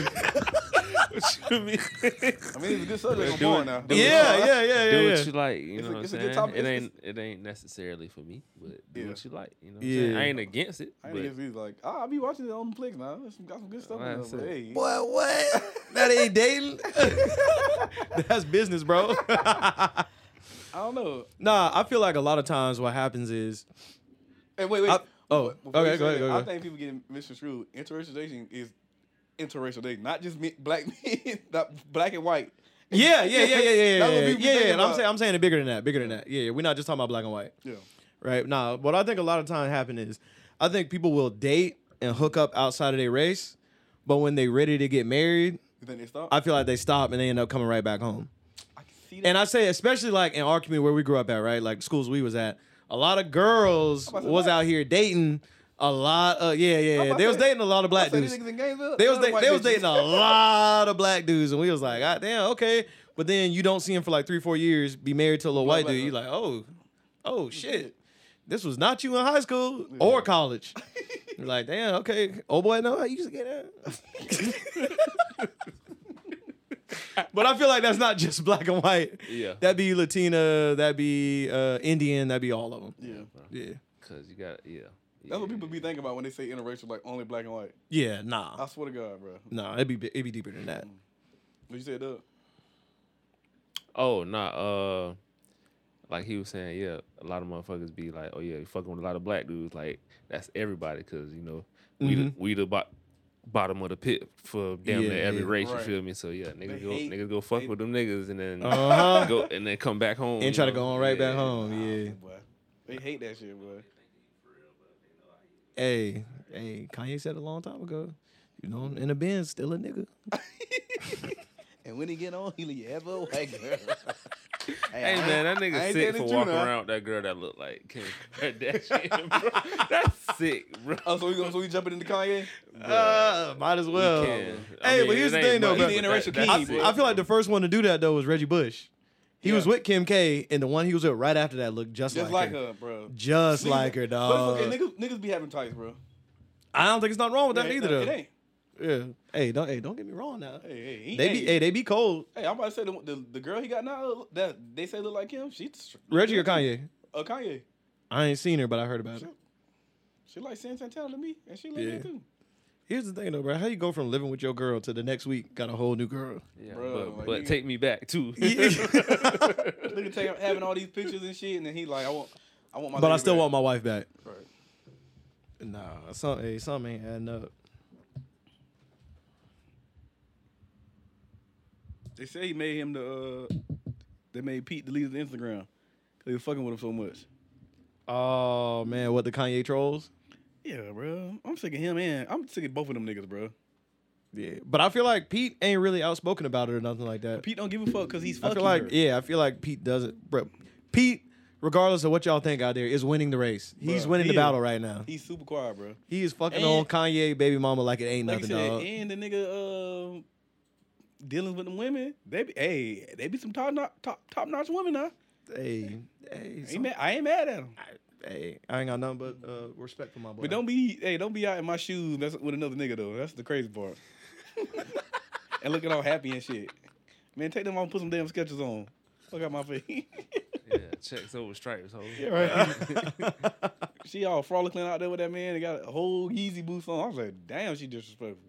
S2: mean, it's a
S1: <laughs>
S2: good subject. I'm
S4: Do
S2: born
S4: it.
S2: now.
S4: Do it.
S1: yeah, yeah, yeah,
S4: do
S1: yeah.
S4: what
S1: yeah.
S4: you like,
S2: It's
S4: you
S2: a-
S4: know what I'm
S2: it's a good
S4: saying?
S2: topic.
S4: It
S2: It's-
S4: ain't it ain't necessarily for me, but do
S2: Yeah.
S4: what you like, you know what I'm saying?
S1: Yeah.
S4: I ain't against it,
S2: I
S4: but
S2: think it's easy. Like, ah, I be watching it on Netflix now. It's got some good stuff in
S4: That's
S2: there. but Hey,
S1: Boy, what? That ain't
S2: <laughs>
S1: dating. That's business, bro.
S2: I don't know.
S1: <laughs> nah, I feel like a lot of times what happens is
S2: Hey, wait, wait.
S1: I- oh,
S2: Before- before you
S1: okay, go
S2: say
S1: ahead,
S2: that,
S1: go
S2: I
S1: ahead.
S2: think people get misconstrued. Interracial dating is interracial dating, not just me, black <laughs> men, not black and white.
S1: Yeah, yeah, yeah, yeah,
S2: <laughs>
S1: yeah,
S2: That's
S1: yeah,
S2: what
S1: yeah.
S2: people
S1: yeah,
S2: be thinking
S1: yeah. And I'm
S2: about.
S1: saying, I'm saying it bigger than that, bigger than that. Yeah, yeah. We're not just talking about black and white,
S2: Yeah,
S1: right? Nah, what I think a lot of time happen is, I think people will date and hook up outside of their race, but when they ready to get married,
S2: you think they stop?
S1: I feel like they stop and they end up coming right back home.
S2: I can see that.
S1: And I say, especially like in our community where we grew up at, right? Like schools we was at, a lot of girls
S2: about to say
S1: was
S2: that.
S1: out here dating a lot of yeah, yeah. yeah.
S2: about
S1: They
S2: to
S1: was
S2: say-
S1: dating a lot of black
S2: I said
S1: dudes.
S2: these niggas in Gainesville,
S1: They was
S2: none of
S1: da-
S2: white
S1: they was
S2: bitches.
S1: dating a lot of black dudes, and we was like, God damn, okay. But then you don't see him for like three, four years, be married to a little
S2: Black,
S1: white dude.
S2: black,
S1: You like, oh,
S2: mm-hmm.
S1: oh shit, this was not you in high school or
S2: <laughs>
S1: college. You're like, damn, okay, oh boy, no, I used to get that. <laughs> but I feel like that's not just black and white.
S4: yeah.
S1: That'd be Latina, that'd be uh, Indian, that'd be all of them.
S2: Yeah.
S1: Yeah,
S4: Cause you got yeah.
S2: That's what
S4: yeah.
S2: people be thinking about when they say interracial, like only black and white.
S1: yeah,
S2: I Mm.
S1: nah,
S2: swear to God, bro.
S1: nah, it'd be bi- it'd be deeper than that.
S2: What you said, Doug?
S4: Oh, nah. Uh, like he was saying, yeah, a lot of motherfuckers be like, oh yeah, you fucking with a lot of black dudes. Like that's everybody, cause you know we the,
S1: Mhm.
S4: we the bo- bottom of the pit for damn
S1: Yeah,
S4: near every
S1: yeah.
S4: race.
S2: Right.
S4: You feel me? So yeah, niggas
S2: They
S4: go
S2: hate-
S4: niggas go fuck
S2: they-
S4: with them niggas and then
S1: Uh-huh.
S4: go and then come back home
S1: And
S4: you
S1: try to
S4: know?
S1: go on right back
S4: Yeah.
S1: home. Yeah.
S2: Boy. They hate that shit, boy.
S1: Hey, hey, Kanye said a long time ago, you know, in the bin, still a nigga.
S2: And when he get on, he leave ever a white girl.
S4: Hey man, that
S2: I
S4: nigga
S2: ain't
S4: sick
S2: saying
S4: for
S2: that you
S4: walking
S2: not.
S4: around with that girl that looked like Kim Kardashian, <laughs> bro. That's sick, bro.
S2: Oh, so we gonna so we jumping into Kanye?
S1: <laughs> Uh, might as well.
S4: Hey,
S1: Hey, but here's the thing, though, bro.
S2: He's the interracial king, bro.
S1: I feel like the first one to do that though was Reggie Bush. He was
S2: Yeah.
S1: with Kim K, and the one he was with right after that looked just,
S2: Just
S1: like,
S2: like
S1: her.
S2: her, bro.
S1: Just
S2: Niggas-
S1: like her, dog.
S2: But it's okay, niggas, niggas be having types, bro.
S1: I don't think it's nothing wrong with that
S2: Yeah,
S1: either,
S2: no, It
S1: though.
S2: ain't.
S1: Yeah. Hey, don't hey, don't get me wrong now.
S2: Hey, hey, he,
S1: they
S2: hey,
S1: be hey, they be cold.
S2: hey, I'm about to say the, the, the girl he got now uh, that they say look like him. She tr-
S1: Reggie or Kanye?
S2: uh, Kanye.
S1: I ain't seen her, but I heard about it.
S2: She like San Santana to me, and she look
S1: Yeah.
S2: good too,
S1: Here's the thing, though, bro. How you go from living with your girl to the next week got a whole new
S2: <laughs>
S1: girl? <laughs>
S4: Yeah,
S2: Bro,
S4: but,
S2: like,
S4: but
S2: nigga-
S4: take me back too. <laughs>
S2: Nigga take, having all these pictures and shit, and then he like, I want, I want my.
S1: but I
S2: lady
S1: still
S2: back.
S1: want my wife back.
S2: Right.
S1: Nah, some hey, something ain't adding up.
S2: They say he made him the. Uh, they made Pete delete his Instagram. 'cause He was fucking with him so much.
S1: Oh man, what the Kanye trolls?
S2: Yeah, bro. I'm sick of him and I'm sick of both of them niggas, bro.
S1: Yeah, but I feel like Pete ain't really outspoken about it or nothing like that.
S2: Pete don't give a fuck because he's
S1: I
S2: fucking.
S1: feel like
S2: her.
S1: yeah, I feel like Pete doesn't. Bro, Pete, regardless of what y'all think out there, is winning the race. He's
S2: Bruh,
S1: winning the
S2: he is.
S1: battle right now.
S2: he's super quiet, bro.
S1: He is fucking
S2: And-
S1: on Kanye baby mama like it ain't
S2: Like you
S1: nothing,
S2: said,
S1: dog.
S2: and the nigga uh, dealing with them women, they be hey, they be some top notch, top top notch women, huh?
S1: Hey, hey,
S2: I
S1: some-
S2: ain't, mad, I ain't mad at them,
S1: hey, I ain't got nothing but uh, respect for my boy.
S2: but don't be hey, don't be out in my shoes messing with another nigga though. That's the crazy part. and looking all happy and shit, man. Take them off, and put some damn sketches on. Look at my face. <laughs>
S4: yeah, checks over stripes, ho. <laughs>
S2: she all frolicking out there with that man and got a whole Yeezy boots on. I was like, damn, she disrespectful.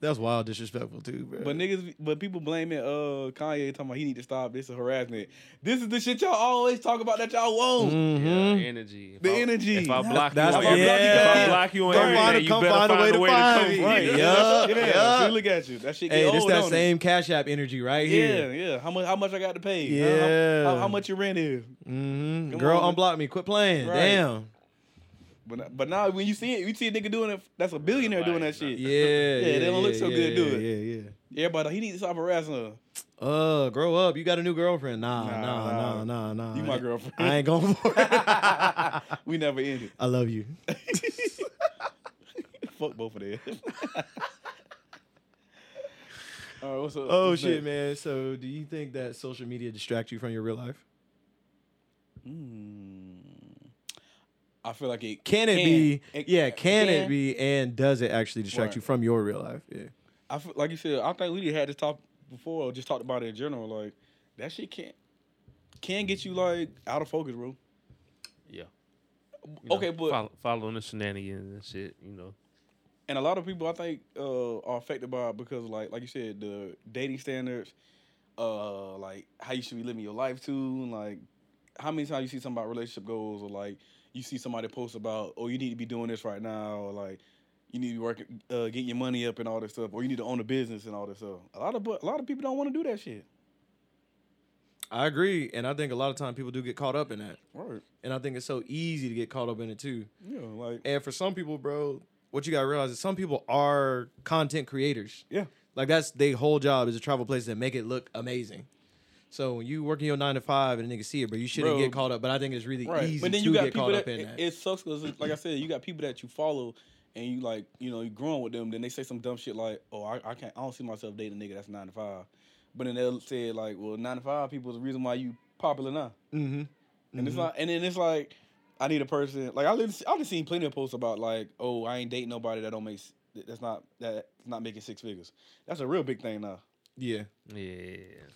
S1: That's wild, disrespectful too, bro.
S2: But niggas, but people blaming uh Kanye talking about he need to stop. This is harassment. This is the shit y'all always talk about that y'all want.
S1: Mhm.
S4: Yeah, the energy. If
S2: The
S4: I-
S2: energy.
S4: If I
S2: That-
S4: block you,
S1: that's
S4: on
S1: what-
S4: everything- if
S1: yeah.
S4: I block you on
S1: Come
S4: everything,
S1: find a-
S4: you
S1: come
S4: better
S1: find a way to find me.
S4: me.
S1: Right,
S4: Yeah.
S1: yeah,
S2: yeah.
S1: yeah.
S2: She look at you. That shit. Get
S1: Hey,
S2: old,
S1: this that
S2: don't it?
S1: same Cash App energy right
S2: Yeah,
S1: here.
S2: yeah. How much? How much I got to pay? Huh?
S1: Yeah.
S2: How, how, how much your rent is?
S1: hmm
S2: Come
S1: Girl,
S2: on,
S1: unblock me. Quit playing.
S2: Right.
S1: Damn.
S2: But but now when you see it, you see a nigga doing it. That's a billionaire doing that
S1: <laughs>
S2: shit.
S1: Yeah, yeah,
S2: they don't look so
S1: yeah,
S2: good, do it.
S1: Yeah, yeah.
S2: Everybody, he needs to stop harassing her.
S1: Uh, grow up. You got a new girlfriend. Nah,
S2: Nah,
S1: nah, nah,
S2: nah.
S1: nah, nah.
S2: You my girlfriend.
S1: I ain't going <laughs> for it.
S2: we never ended. <laughs>
S1: I love you.
S2: Fuck both of them. <laughs> All right, what's up?
S1: <laughs> Oh
S2: What's
S1: shit,
S2: next?
S1: man. So, do you think that social media distracts you from your real life?
S2: I feel like it
S1: Can it be? yeah, can, it
S2: can.
S1: be? And does it actually distract
S2: Right.
S1: you from your real life? Yeah.
S2: I feel, like you said, I think we had this talk before, or just talked about it in general. Like that shit can can get you like out of focus, bro.
S4: Yeah.
S2: okay, but
S4: follow, following the shenanigans and shit, you know.
S2: and a lot of people I think uh, are affected by it because like like you said, the dating standards, uh, like how you should be living your life too, and like how many times you see somebody relationship goals or like you see somebody post about oh you need to be doing this right now or like you need to be working uh, getting your money up and all this stuff or you need to own a business and all this stuff. A lot of bu- a lot of people don't want to do that shit.
S1: I agree, and I think a lot of time people do get caught up in that,
S2: Right.
S1: and I think it's so easy to get caught up in it too.
S2: Yeah. Like.
S1: And for some people, bro, what you gotta realize is some people are content creators.
S2: Yeah.
S1: Like that's their whole job is to travel places and make it look amazing. So when you working your nine to five and a nigga see it, bro, you shouldn't
S2: Bro.
S1: get caught up. But I think it's really
S2: right.
S1: easy
S2: but then
S1: to
S2: you got
S1: get
S2: people
S1: caught
S2: that
S1: up in
S2: it,
S1: that.
S2: it sucks because, like I said, you got people that you follow and you like, you know, you growing with them. Then they say some dumb shit like, "Oh, I, I can't, I don't see myself dating a nigga that's nine to five. But then they'll say like, "Well, nine to five people is the reason why you popular now."
S1: mm-hmm.
S2: And it's like, and then it's like, I need a person. Like I live, I've seen plenty of posts about like, "Oh, I ain't dating nobody that don't make, s- that- that's not that's not making six figures." That's a real big thing now. <laughs>
S1: Yeah.
S4: Yeah.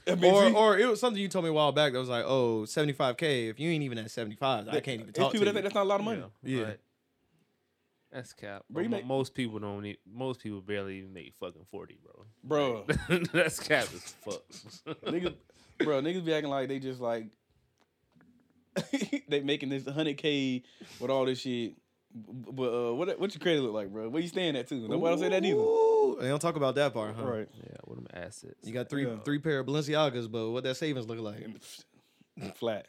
S2: I mean,
S1: Or
S2: see,
S1: or it was something you told me a while back that was like, oh, 75K, if you ain't even at 75, I can't even
S2: it's
S1: talk
S2: people
S1: to
S2: that
S1: you.
S2: think that's not a lot of money.
S1: Yeah.
S4: right. That's cap.
S2: Bro, you
S4: But mo-
S2: make-
S4: most people don't need. Most people barely even make fucking forty, bro. <laughs>
S2: Bro,
S4: That's cap as fuck.
S2: niggas, bro, niggas be acting like they just like <laughs> they making this hundred k with all this shit. B- But uh, what what your credit look like, bro? Where you staying at too? Nobody don't say that either.
S1: Ooh, they don't talk about that part, huh?
S2: Right.
S4: <laughs> Yeah, what them assets?
S1: You got three
S2: Yeah.
S1: three pair of Balenciagas, but what that savings look like?
S2: Flat.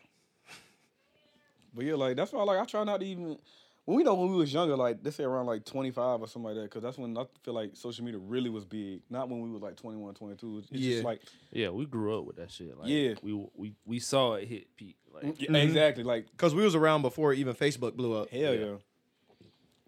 S2: But yeah, like that's why like I try not to even Well, we know when we was younger, like they say around like 25 or something like that, because that's when I feel like social media really was big. Not when we was like 21, 22. It's
S1: Yeah.
S2: just like
S4: Yeah, we grew up with that shit. Like,
S2: Yeah.
S4: we we we saw it hit peak. Like,
S1: Mm-hmm.
S2: Yeah, exactly like
S1: Cause we was around before even Facebook blew up.
S2: hell yeah.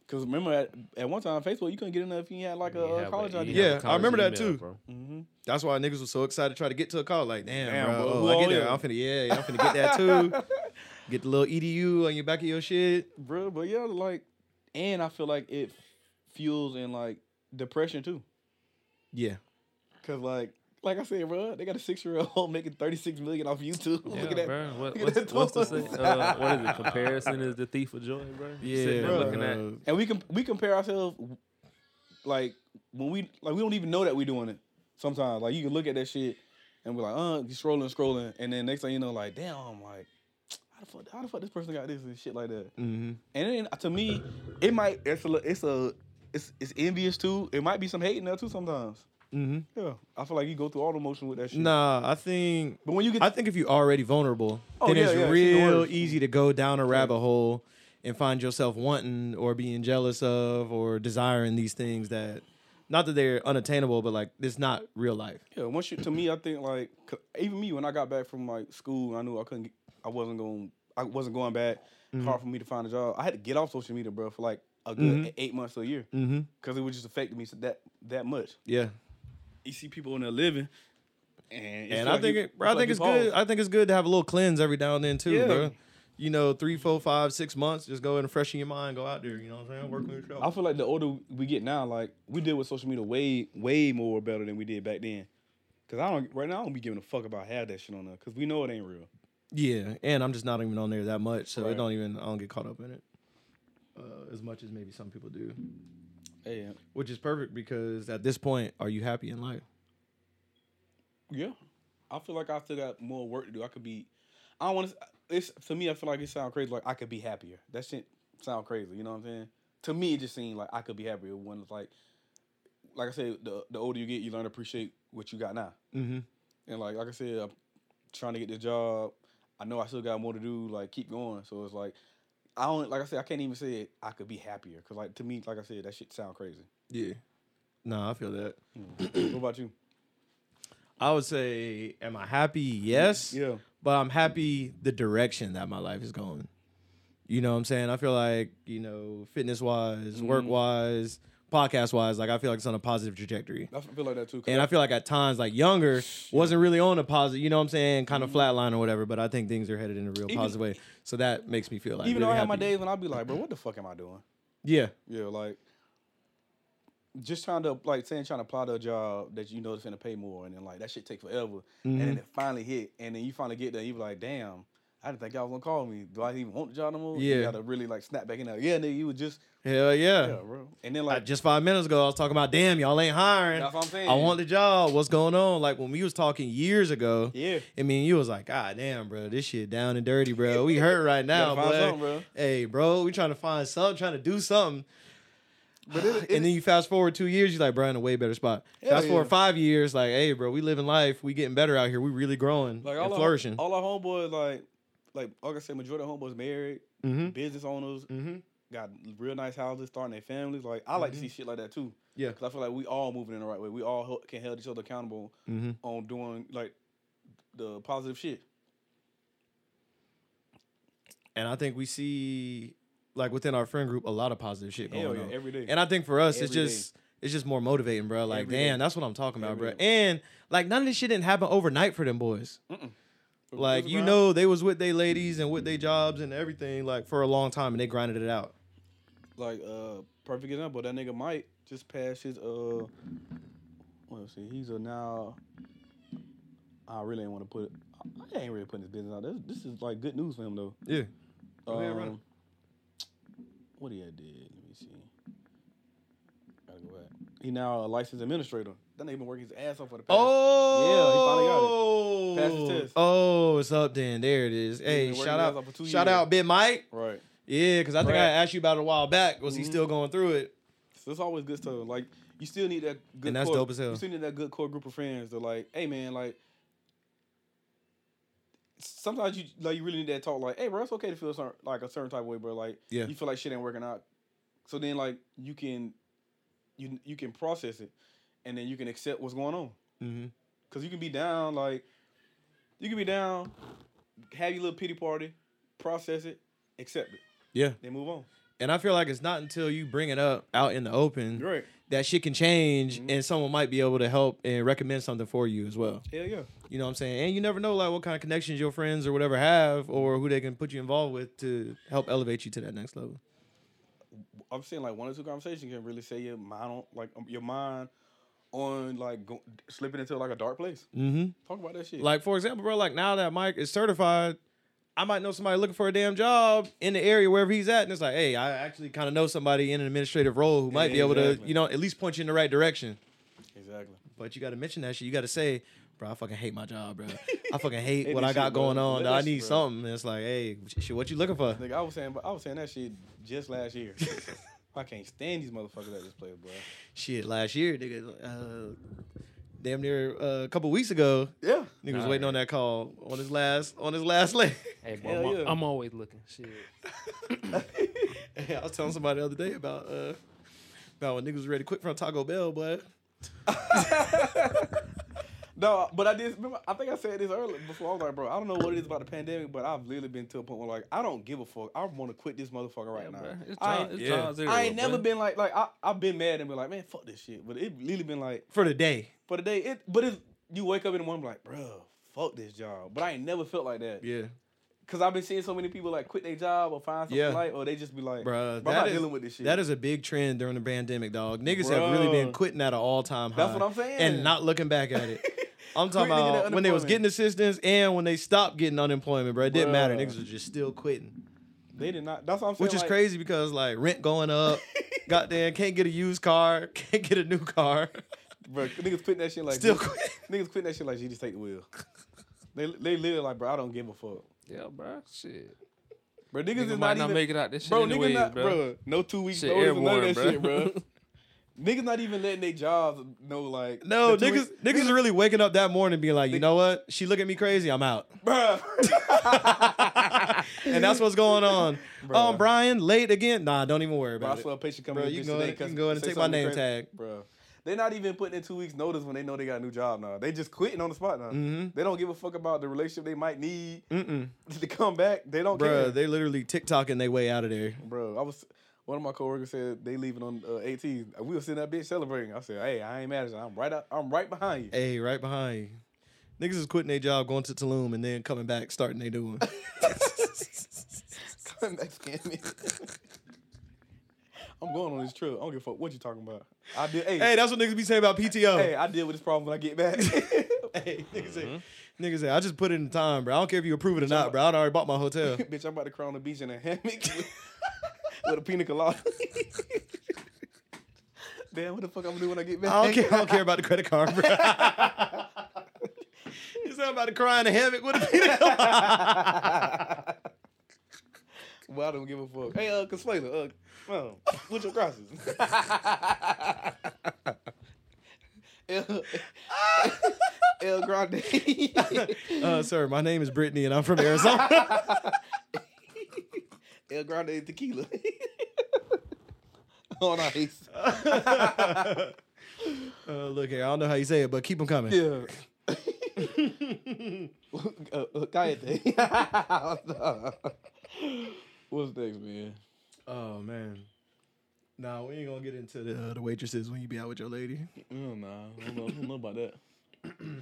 S2: Because remember at, at one time Facebook you couldn't get in there if you had like a
S4: we
S2: uh,
S4: have
S2: college
S4: a-
S2: ID.
S4: have a
S1: Yeah, I
S4: college
S1: remember that
S4: email,
S1: too.
S4: bro.
S2: Mm-hmm.
S1: That's why niggas was so excited to try to get to a college. Like, damn,
S2: Damn,
S1: bro,
S2: bro,
S1: oh, I
S2: who
S1: get
S2: all
S1: that.
S2: you?
S1: I'm finna, yeah, yeah, I'm finna get that too.
S2: <laughs>
S1: get the little edu on your back of your shit.
S2: Bro, but yeah, like, and I feel like it fuels in like depression too.
S1: Yeah,
S2: Cause like, like I said, bro, they got a six year old <laughs> making 36 million off YouTube. <laughs>
S4: Yeah,
S2: Look at that.
S4: bro.
S2: look
S4: What,
S2: at
S4: what's,
S2: that
S4: what's the say?
S2: toy.
S4: Uh, what is it? Comparison is the thief of joy, bro. You sitting there
S2: bro.
S4: looking at
S2: And we can we compare ourselves like when we like we don't even know that we're doing it. Sometimes like you can look at that shit and we're like, uh, you scrolling, scrolling, and then next thing you know, like, damn, like, how the fuck, how the fuck this person got this and shit like that.
S1: hmm
S2: And then uh, to me, it might it's a li- it's a it's it's envious too. It might be some hate in there too sometimes.
S1: hmm
S2: Yeah, I feel like you go through all the motion with that shit.
S1: Nah, I think
S2: But when you get
S1: I think if you're already vulnerable,
S2: Oh,
S1: then
S2: yeah,
S1: it's
S2: yeah, it's
S1: real
S2: worse.
S1: easy to go down a rabbit hole and find yourself wanting or being jealous of or desiring these things that, not that they're unattainable, but like it's not real life.
S2: Yeah, once you to me, I think like 'cause even me when I got back from like school, I knew I couldn't, get, I wasn't going, I wasn't going back. Hard for me to find a job. I had to get off social media, bro, for like a good
S1: Mhm.
S2: e- eight months to a year,
S1: Mm-hmm.
S2: because it was just affecting me so that that much.
S1: Yeah.
S2: You see people in their living,
S1: and
S2: and, it feel
S1: I
S2: like
S1: think
S2: you-
S1: it, bro, I
S2: feel like
S1: think
S2: you
S1: it's good.
S2: pause.
S1: I think it's good to have a little cleanse every now and then too,
S2: Yeah.
S1: bro. You know, three, four, five, six months, just go in and freshen your mind, go out there. You know what I'm saying? Work on yourself.
S2: I feel like the older we get now, like we deal with social media way way more better than we did back then. Cause I don't right now I don't be giving a fuck about how that shit on there, cause we know it ain't real.
S1: yeah, and I'm just not even on there that much, so it
S2: Right.
S1: don't even I don't get caught up in it uh, as much as maybe some people do.
S2: Yeah,
S1: Which is perfect because at this point, are you happy in life?
S2: Yeah, I feel like I still got more work to do. I could be. I don't want to. It's to me. I feel like it sounds crazy. Like I could be happier. That shit sound crazy. You know what I'm saying? To me, it just seemed like I could be happier. When it's like, like I said, the the older you get, you learn to appreciate what you got now.
S1: Mm-hmm.
S2: And like like I said, I'm trying to get this job. I know I still got more to do. Like keep going. So it's like I don't. Like I said, I can't even say I could be happier. Cause like to me, like I said, that shit
S1: <clears throat>
S2: sound crazy.
S1: Yeah. Nah, I feel that.
S2: what about you?
S1: I would say, am I happy? Yes.
S2: Yeah.
S1: But I'm happy the direction that my life is going. You know what I'm saying? I feel like, you know, fitness wise,
S2: Mm-hmm.
S1: work wise, podcast wise, like I feel like it's on a positive trajectory.
S2: I feel like that too. 'cause
S1: And I feel like at times, like younger, wasn't really on a positive, you know what I'm saying? Kind of flatline or whatever, but I think things are headed in a real
S2: Mm-hmm. Even-
S1: positive way. So that makes me feel like.
S2: even
S1: really
S2: though I have my
S1: happy.
S2: days when I'll be like, bro,
S1: <laughs>
S2: what the fuck am I doing?
S1: Yeah.
S2: Yeah, like just trying to like saying trying to apply to a job that you know is gonna pay more, and then like that shit take forever,
S1: Mm-hmm.
S2: and then it finally hit, and then you finally get there, you be like, damn, I didn't think y'all was gonna call me. Do I even want the job no more? And
S1: Yeah.
S2: you gotta really like snap back in there. Yeah, nigga, you was just
S1: Hell
S2: yeah,
S1: yeah.
S2: bro. And then
S1: Like
S2: like
S1: just five minutes ago, I was talking about, damn, y'all ain't hiring.
S2: That's what I'm saying.
S1: I want the job. What's going on? Like when we was talking years ago,
S2: Yeah.
S1: I mean, you was like, God damn, bro, this shit down and dirty, bro. We
S2: <laughs>
S1: hurt right now,
S2: Gotta find
S1: bro.
S2: something, bro.
S1: Hey, bro, we trying to find something, trying to do something.
S2: but it,
S1: <sighs>
S2: it,
S1: and then you fast forward two years, you're like, bro, in a way better spot.
S2: Hell
S1: fast forward
S2: yeah.
S1: five years, like, hey, bro, we living life, we getting better out here, we really growing
S2: like
S1: and
S2: all our,
S1: flourishing.
S2: all our homeboys like like like I said, majority of homeboys married,
S1: mm-hmm.
S2: business owners,
S1: Mhm.
S2: got real nice houses, starting their families. Like I like
S1: Mm-hmm.
S2: to see shit like that too.
S1: Yeah.
S2: Because I feel like we all moving in the right way. We all hel- can hold each other accountable
S1: Mhm.
S2: on doing like the positive shit.
S1: And I think we see, like, within our friend group, a lot of positive shit going
S2: Hell yeah,
S1: on
S2: every day.
S1: And I think for us, it's
S2: Every day.
S1: just it's just more motivating, bro. Like,
S2: Every day.
S1: damn, that's what I'm talking about,
S2: Every
S1: bro.
S2: day.
S1: And like, none of this shit didn't happen overnight for them boys.
S2: But
S1: Like,
S2: Chris
S1: you
S2: Brown,
S1: know, they was with their ladies and with their jobs and everything, like for a long time, and they grinded it out.
S2: like uh, perfect example. That nigga Mike just passed his uh, let's see, he's a now. I really ain't want to put it. I ain't really putting his business out. there. This is like good news for him though.
S1: Yeah. Go ahead, run it.
S2: Um, what he had did? Let me see. Gotta go back. He now a licensed administrator. That nigga been working his ass off for the past.
S1: Oh.
S2: Yeah, he finally got it. Passed his test.
S1: Oh, it's up then. There it is. Hey,
S2: been working
S1: shout
S2: his ass
S1: out,
S2: off for two
S1: shout
S2: years.
S1: out, Bit Mike.
S2: Right.
S1: Yeah, because I think I
S2: Brad.
S1: asked you about it a while back. Was he
S2: Mm-hmm.
S1: still going through it?
S2: So it's always good stuff. Like you still need that good.
S1: And that's
S2: core,
S1: dope as hell.
S2: You still need that good core group of friends. They're like, hey man, like sometimes you like you really need that talk. Like, hey, bro, it's okay to feel certain, like a certain type of way, bro. Like,
S1: Yeah.
S2: you feel like shit ain't working out. So then, like, you can, you you can process it, and then you can accept what's going on.
S1: Mm-hmm.
S2: Cause you can be down, like, you can be down, have your little pity party, process it, accept it,
S1: Yeah.
S2: then move on.
S1: And I feel like it's not until you bring it up out in the open
S2: Right? Mm-hmm.
S1: that shit can change and someone might be able to help and recommend something for you as well.
S2: Hell yeah.
S1: You know what I'm saying? And you never know like what kind of connections your friends or whatever have or who they can put you involved with to help elevate you to that next level.
S2: I'm saying like one or two conversations can really set your mind on like um, your mind on like go, slipping into like a dark place.
S1: Mhm.
S2: Talk about that shit.
S1: Like for example, bro, like now that Mike is certified, I might know somebody looking for a damn job in the area wherever he's at and it's like, "Hey, I actually kind of know somebody in an administrative role who might be able to,
S2: Exactly.
S1: you know, at least point you in the right direction."
S2: exactly.
S1: But you got to mention that shit. You got to say, bro, I fucking hate my job, bro. I
S2: <laughs>
S1: fucking hate what
S2: this
S1: I got
S2: shit, bro.
S1: going on.
S2: Look
S1: dawg.
S2: at
S1: I
S2: this
S1: need
S2: shit, bro."
S1: something. And it's like, hey, shit, what you looking for?
S2: Like I was saying, but I was saying that shit just last year. I can't stand these motherfuckers at this place, bro.
S1: Shit, last year, nigga, uh, damn near uh, a couple weeks ago,
S2: Yeah.
S1: nigga was waiting on that call on his last on his last <laughs> leg.
S4: Hey, boy,
S2: Hell
S4: I'm, al-
S2: yeah.
S4: I'm always looking. Shit.
S1: I was telling somebody the other day about uh, about when niggas was ready to quit from Taco Bell, but
S2: No, but I did. Remember, I think I said this earlier before. I was like, bro, I don't know what it is about the pandemic, but I've literally been to a point where like I don't give a fuck. I want to quit this motherfucker right now.
S4: Bruh, It's
S2: I,
S4: trial, it's
S1: yeah.
S4: trial zero,
S2: I ain't
S4: bruh.
S2: never been like like I I've been mad and been like, man, fuck this shit. But it literally been like
S1: for the day.
S2: for the day. It but it's you wake up in the morning like, bro, fuck this job. But I ain't never felt like that.
S1: Yeah,
S2: Cause I've been seeing so many people like quit their job or find something
S1: Yeah.
S2: like, or they just be like,
S1: bro,
S2: I'm
S1: that
S2: not
S1: is-
S2: dealing with this shit.
S1: That is a big trend during the pandemic, dog. Niggas have really been
S2: Bruh.
S1: quitting at an all time high.
S2: That's what I'm saying.
S1: And not looking back at
S2: <laughs>
S1: it. I'm talking
S2: Quitting to get
S1: about
S2: that
S1: when they was
S2: unemployment.
S1: getting assistance and when they stopped getting unemployment, bro. It didn't matter.
S2: Bruh.
S1: Niggas was just still quitting,
S2: They did not. That's what I'm saying.
S1: which is
S2: like,
S1: crazy because like rent going
S2: <laughs>
S1: up, goddamn can't get a used car, can't get a new
S2: <laughs>
S1: car,
S2: Bro, niggas quitting that shit like
S1: still
S2: "G-
S1: quitting.
S2: Niggas quitting that shit like, "G, just take the wheel." <laughs> they they literally like, bro, I don't give a fuck.
S4: Yeah, bro. Shit.
S2: Bro, niggas
S4: Niggas
S2: is not
S4: might not
S2: even.
S4: make it out this shit
S2: bro, niggas
S4: anyways,
S2: not,
S4: bro.
S2: bro.
S4: <laughs>
S2: No two weeks
S4: Shit
S2: notice, none of that
S4: airborne,
S2: shit,
S4: bro.
S2: bro. <laughs> niggas not even letting their jobs know, like.
S1: No,
S2: the two
S1: niggas,
S2: weeks-
S1: niggas are really waking up that morning being like, you know what? She look at me crazy, I'm out.
S2: <laughs> bro.
S1: And that's what's going
S2: <laughs>
S1: on.
S2: Bruh.
S1: Um, Brian, late again? Nah, don't even worry
S2: bro, I
S1: about
S2: saw a patient coming.
S1: Bro,
S2: in
S1: you
S2: bitch
S1: can go
S2: today
S1: in- you
S2: 'cause
S1: can go in and
S2: say
S1: take my
S2: something
S1: name
S2: crazy.
S1: tag.
S2: bro. They're not even putting in two weeks notice when they know they got a new job now. They just quitting on the spot now.
S1: Mhm.
S2: They don't give a fuck about the relationship they might need
S1: it. Mm-mm.
S2: <laughs> to come back. They don't care.
S1: Bruh, they literally TikToking their way out of there.
S2: Bro, I was one of my coworkers said they leaving on uh, 18. We was sitting that bitch celebrating. I said, "Hey, I ain't mad at you. I'm right up. I'm right behind <laughs> you."
S1: Hey, right behind you. Niggas is quitting their job, going to Tulum, and then coming back, starting they
S2: <laughs>
S1: doing.
S2: Come back, Skinny. <laughs> I'm going on this trip. I don't give a fuck what you talking about. I did. Hey,
S1: hey,
S2: hey,
S1: that's what niggas be saying about PTO. Hey,
S2: I deal with this problem when I get back. <laughs>
S1: niggas, say,
S2: Mm-hmm.
S1: niggas say, I just put it in time, bro. I don't care if you approve it or not, bro. I already bought my
S2: <laughs>
S1: hotel.
S2: bitch, I'm about to cry on the beach in a hammock <laughs> with, with a pina colada. <laughs> Damn, what the fuck I'm gonna do when I get back?
S1: I don't care. I don't care about the credit card, bro. <laughs> you sound about to cry in a hammock with a
S2: <laughs>
S1: PTO.
S2: <laughs> Well, I don't give a fuck. Hey, uh, Consuela, uh, um, what's your
S1: <laughs>
S2: crosses? El, <laughs> El Grande. <laughs>
S1: uh, sir, my name is Brittany, and I'm from <laughs> Arizona.
S2: El Grande tequila. <laughs> On ice.
S1: uh, look here, I don't know how you say it, but keep them coming.
S2: Yeah. <laughs> uh, uh, <laughs> Cayete. What's next, man?
S1: Oh man. Nah, we ain't gonna get into the, uh, the waitresses when you be out with your lady.
S2: No, nah, I don't know, I don't know about that. <clears throat>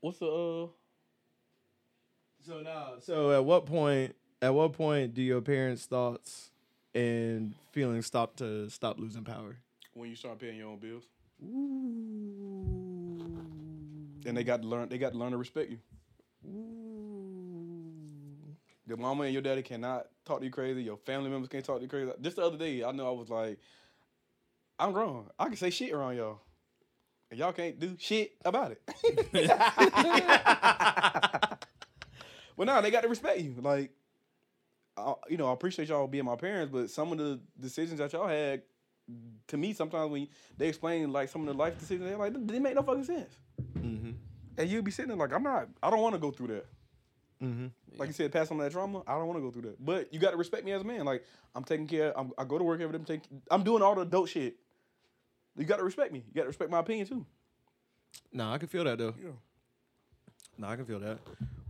S2: What's the uh?
S1: So now, so at what point? At what point do your parents' thoughts and feelings stop to stop losing power?
S2: When you start paying your own bills. And they got to learn. They got to learn to respect you. Your mama and your daddy cannot talk to you crazy. Your family members can't talk to you crazy. Just the other day, I know I was like, I'm grown. I can say shit around y'all. And y'all can't do shit about it. <laughs> well, now they got to respect you. Like, I, you know, I appreciate y'all being my parents, but some of the decisions that y'all had, to me, sometimes when they explain like some of the life decisions, they're like, they make no fucking sense. And you'd be sitting there like, I'm not, I don't want to go through that.
S1: Mm-hmm.
S2: Like you said, pass on that trauma. I don't want to go through that. But you got to respect me as a man. Like I'm taking care. I'm, I go to work every day. I'm taking. I'm doing all the adult shit. You got to respect me. You got to respect my opinion too.
S1: Nah, I can feel that though.
S2: Yeah.
S1: Nah, I can feel that.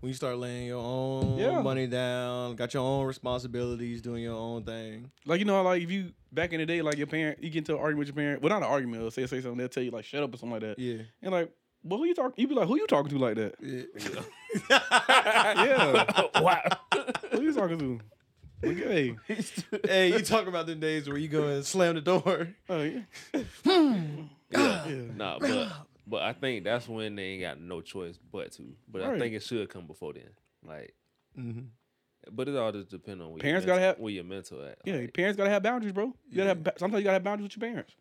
S1: When you start laying your own
S2: Yeah.
S1: money down, got your own responsibilities, doing your own thing.
S2: Like you know, like if you back in the day, like your parent, you get into an argument with your parent. Well, not an argument. They'll say say something. They'll tell you like, shut up or something like that.
S1: Yeah.
S2: And like, well, who you talking? You be like, who you talking to like that?
S1: Yeah.
S2: <laughs> yeah.
S4: wow.
S2: who you talking to? Like, hey.
S1: hey, you talking about them days where you go and slam the door.
S2: Oh, yeah.
S4: Yeah.
S2: Yeah.
S4: Nah, but but I think that's when they ain't got no choice but to. But I
S2: Right. Mm-hmm.
S4: think it should come before then. Like, but it all just depends on where
S2: Parents
S4: your
S2: gotta
S4: mental,
S2: have-
S4: where your mental at.
S2: Yeah, your
S4: like,
S2: parents gotta have boundaries, bro. You gotta have ba- sometimes you gotta have boundaries with your parents.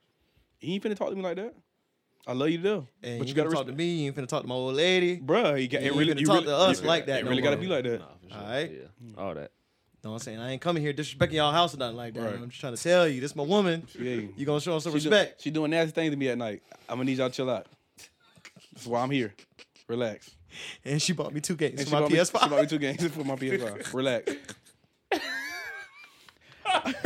S2: You ain't finna talk to me like that. I love you though,
S1: And
S2: but you,
S1: you,
S2: gotta
S1: gotta talk to
S2: respect,
S1: me. You ain't finna talk to my old lady.
S2: bro. You got
S1: You
S2: it
S1: ain't
S2: really
S1: finna
S2: you
S1: talk
S2: really,
S1: to us
S2: you-
S1: like that
S2: It
S1: no
S2: really gotta
S1: more.
S2: be like that.
S4: nah, for sure.
S1: Alright.
S4: Yeah. All that.
S1: You know what I'm saying? I ain't coming here disrespecting y'all house or nothing like that.
S2: Right.
S1: I'm just trying to tell you, this my woman.
S2: Yeah,
S1: You gonna show her some
S2: she do-
S1: respect.
S2: she doing nasty things to me at night. I'm gonna need y'all to chill out. That's why I'm here. Relax.
S1: and she bought me two games
S2: And
S1: for my
S2: bought me-
S1: PS5.
S2: she bought
S1: <laughs>
S2: me two games for my PS5. Relax. I've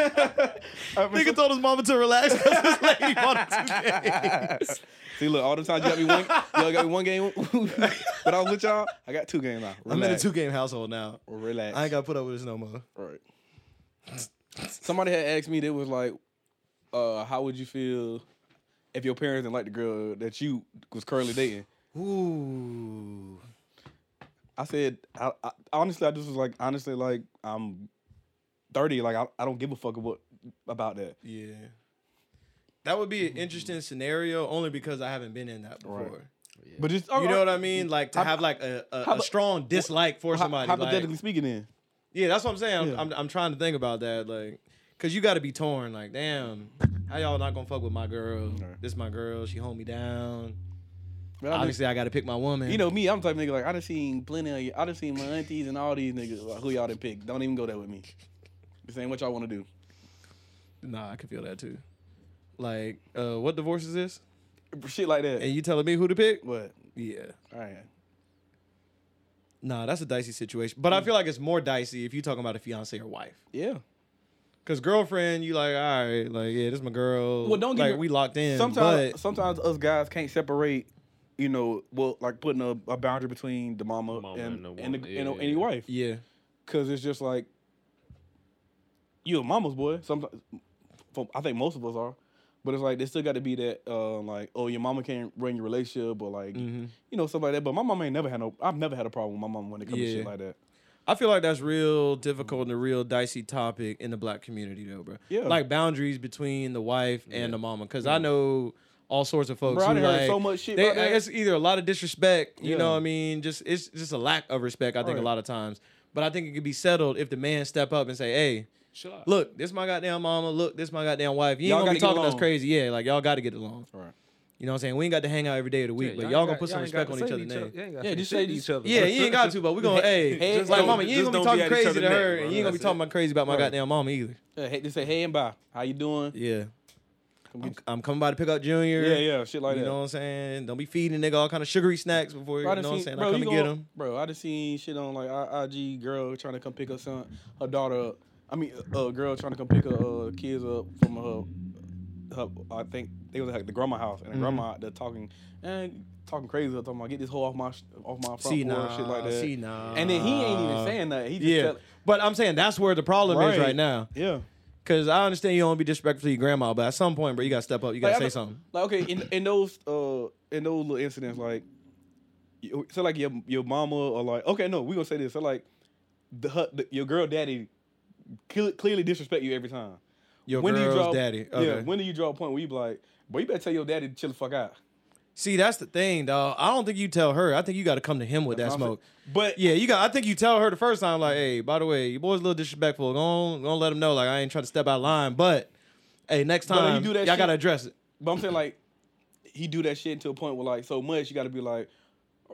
S2: been
S1: Nigga told his mama to relax because this <laughs> lady bought him two games.
S2: See, look, all the times you got me one, y'all got me one game, <laughs> but I was with y'all. I got two games now.
S1: I'm
S2: Relax.
S1: in a two game household now.
S2: Relax.
S1: I ain't gotta put up with this no more.
S2: All right. Somebody had asked me. They was like, uh, "How would you feel if your parents didn't like the girl that you was currently dating?"
S1: Ooh.
S2: I said, I, I, "Honestly, I just was like, honestly, like I'm 30. Like I, I don't give a fuck about about that."
S1: Yeah. That would be an interesting scenario only because I haven't been in that before.
S2: Right. But just
S1: You know what I mean? Like to
S2: How-
S1: have like a, a,
S2: how
S1: a
S2: about-
S1: strong dislike for somebody. like-
S2: hypothetically speaking, then
S1: yeah, that's what I'm saying. I'm,
S2: Yeah.
S1: I'm, I'm trying to think about that. Like, cause you got to be torn. Like, damn, how y'all not gonna fuck with my girl?
S2: Right.
S1: This my girl. She hold me down.
S2: But I just-
S1: Obviously, I got to pick my woman.
S2: You know me, I'm the type of nigga like I done seen plenty of you. I done seen my aunties and all these niggas like, who y'all done pick. Don't even go there with me. This ain't what y'all want to do.
S1: Nah, I can feel that too. Like, uh, what divorce is this?
S2: Shit like that.
S1: And you telling me who to pick?
S2: What?
S1: Yeah.
S2: All right.
S1: Nah, that's a dicey situation. But
S2: Mm.
S1: I feel like it's more dicey if you're talking about a fiance or wife.
S2: Yeah.
S1: Cause girlfriend, you like, all right, like, yeah, this my girl.
S2: Well, don't get
S1: like
S2: me-
S1: we locked in.
S2: sometimes
S1: but
S2: sometimes us guys can't separate you know well like putting a, a boundary between the mama,
S4: Mama
S2: and,
S4: and the
S2: and,
S4: woman,
S2: the,
S4: yeah,
S2: and, the-
S4: yeah,
S2: and
S4: yeah.
S2: your wife
S1: yeah,
S2: because it's just like you a mama's boy sometimes for, i think most of us are but it's like they still got to be that uh, like oh your mama can't run your relationship or like
S1: Mm-hmm.
S2: you know stuff like that but my mama ain't never had no i've never had a problem with my mama when it comes to
S1: Yeah.
S2: shit like that
S1: I feel like that's real difficult and a real dicey topic in the black community, though, bro.
S2: Yeah.
S1: like boundaries between the wife and the mama. Cause I know all sorts of folks.
S2: Bro, I
S1: who,
S2: done heard
S1: like,
S2: so much shit
S1: They,
S2: about that.
S1: It's either a lot of disrespect, you
S2: Yeah.
S1: know what I mean? Just it's just a lack of respect. I think a
S2: Right.
S1: lot of times, but I think it could be settled if the man step up and say, hey.
S4: Chill out.
S1: Look, this my goddamn mama. Look, this my goddamn wife. You ain't
S2: Y'all
S1: gonna be
S2: gotta get
S1: talking that's
S2: along.
S1: crazy. Yeah, like y'all gotta get along.
S2: right
S1: You know what I'm saying? We ain't got to hang out every day of the week,
S4: Yeah,
S1: but y'all,
S4: ain't
S1: gonna
S4: got-
S1: put some
S4: y'all ain't got
S1: respect on
S4: to
S1: each
S4: say
S1: other's
S4: to
S1: name.
S4: y'all ain't got
S2: Yeah,
S4: to
S2: just
S4: say
S2: say-
S4: to
S2: just-
S4: other.
S1: Yeah, you
S2: <laughs>
S1: ain't got to, but we gonna hey,
S2: hey,
S1: just like
S2: don't-
S1: mama, you ain't
S2: just
S1: gonna be
S2: don't be
S1: talking
S2: at each
S1: crazy to
S2: other's
S1: her,
S2: neck,
S1: and
S2: bro.
S1: you ain't gonna be
S2: That's
S1: talking about crazy about my
S2: Right.
S1: goddamn mama either.
S2: yeah, hey, just say hey and bye how you doing
S1: Yeah,
S2: Come
S1: I'm,
S2: get-
S1: I'm coming by to pick up Junior.
S2: yeah yeah shit like
S1: you
S2: that
S1: know what I'm saying? Don't be feeding nigga all kind of sugary snacks before you know
S2: Bro, I
S1: what
S2: done
S1: I'm
S2: seen-
S1: saying.
S2: bro,
S1: I come
S2: you
S1: and get
S2: gon-
S1: him.
S2: Bro, I just seen shit on like I- IG girl trying to come pick her son, her daughter up. I mean, a uh, girl trying to come pick her uh, kids up from her, her I think they was at the grandma house and the
S1: Mm-hmm.
S2: grandma they're talking and talking crazy talking about get this hoe off my sh- off my front
S1: See
S2: porch
S1: nah,
S2: shit like that.
S1: see nah.
S2: And then he ain't even saying that. He just
S1: Yeah,
S2: tell-
S1: but I'm saying that's where the problem is
S2: Right.
S1: right now.
S2: yeah.
S1: Cause I understand you don't wanna be disrespectful to your grandma, but at some point, bro, you gotta step up. You gotta
S2: Like, I
S1: say
S2: know-
S1: something.
S2: Like okay, in, in those uh in those little incidents, like you- so like your your mama or like okay, no, we gonna say this. So like the, her, the your girl daddy cle- clearly disrespect you every time.
S1: Your
S2: do
S1: girl's
S2: you draw,
S1: daddy.
S2: Yeah,
S1: Okay.
S2: when do you draw a point where you be like, boy, you better tell your daddy to chill the fuck out.
S1: See, that's the thing, dog. I don't think you tell her. I think you got to come to him with that
S2: That's what I'm
S1: smoke.
S2: saying. But-
S1: yeah, you got. I think you tell her the first time, like, hey, by the way, your boy's a little disrespectful. Go on, go on let him know, like, I ain't trying to step out of line. But hey, next
S2: if you
S1: time,
S2: do that
S1: y'all
S2: shit-
S1: gotta address it.
S2: But I'm saying like he do that shit to a point where like so much you gotta be like,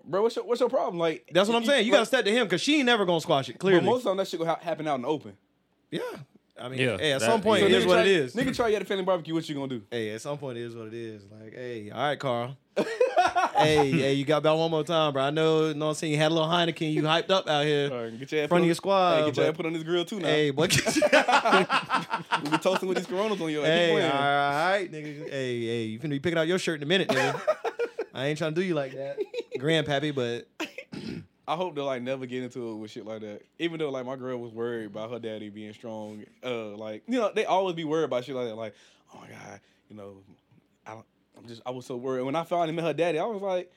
S2: bro, what's your what's your problem? Like
S1: That's what I'm saying. You
S2: like-
S1: gotta step to him because she ain't never gonna squash it. Clearly,
S2: But most of the time that shit gonna ha- happen out in the open.
S1: yeah. I mean,
S4: Yeah,
S1: hey, at
S4: that-
S1: some point,
S4: So
S1: it
S4: nigga
S1: is what
S2: try,
S1: it is.
S2: Nigga try you at a family barbecue, what you gonna do? <laughs>
S1: Hey, at some point, it is what it is. Like, hey, all right, Carl. hey, hey, you got about one more time, bro. I know, you know what I'm saying? You had a little Heineken, you hyped up out here
S2: All right, get your ass
S1: in front of
S2: put
S1: your
S2: on- Hey,
S1: squad.
S2: get your ass
S1: but-
S2: put on this grill too now.
S1: hey,
S2: Hey,
S1: boy, get <laughs> your-
S2: <laughs> we be toasting with these Coronas on your ass.
S1: hey,
S2: Keep
S1: all
S2: playing.
S1: right, nigga. Hey, hey, you finna be picking out your shirt in a minute,
S2: <laughs>
S1: nigga. I ain't trying to do you like that, grandpappy,
S2: <laughs>
S1: but
S2: I hope to like never get into it with shit like that. Even though like my girl was worried about her daddy being strong. Uh, like you know they always be worried about shit like that. Like, oh my god, you know, I don't. I'm just I was so worried. When I finally met her daddy, I was like,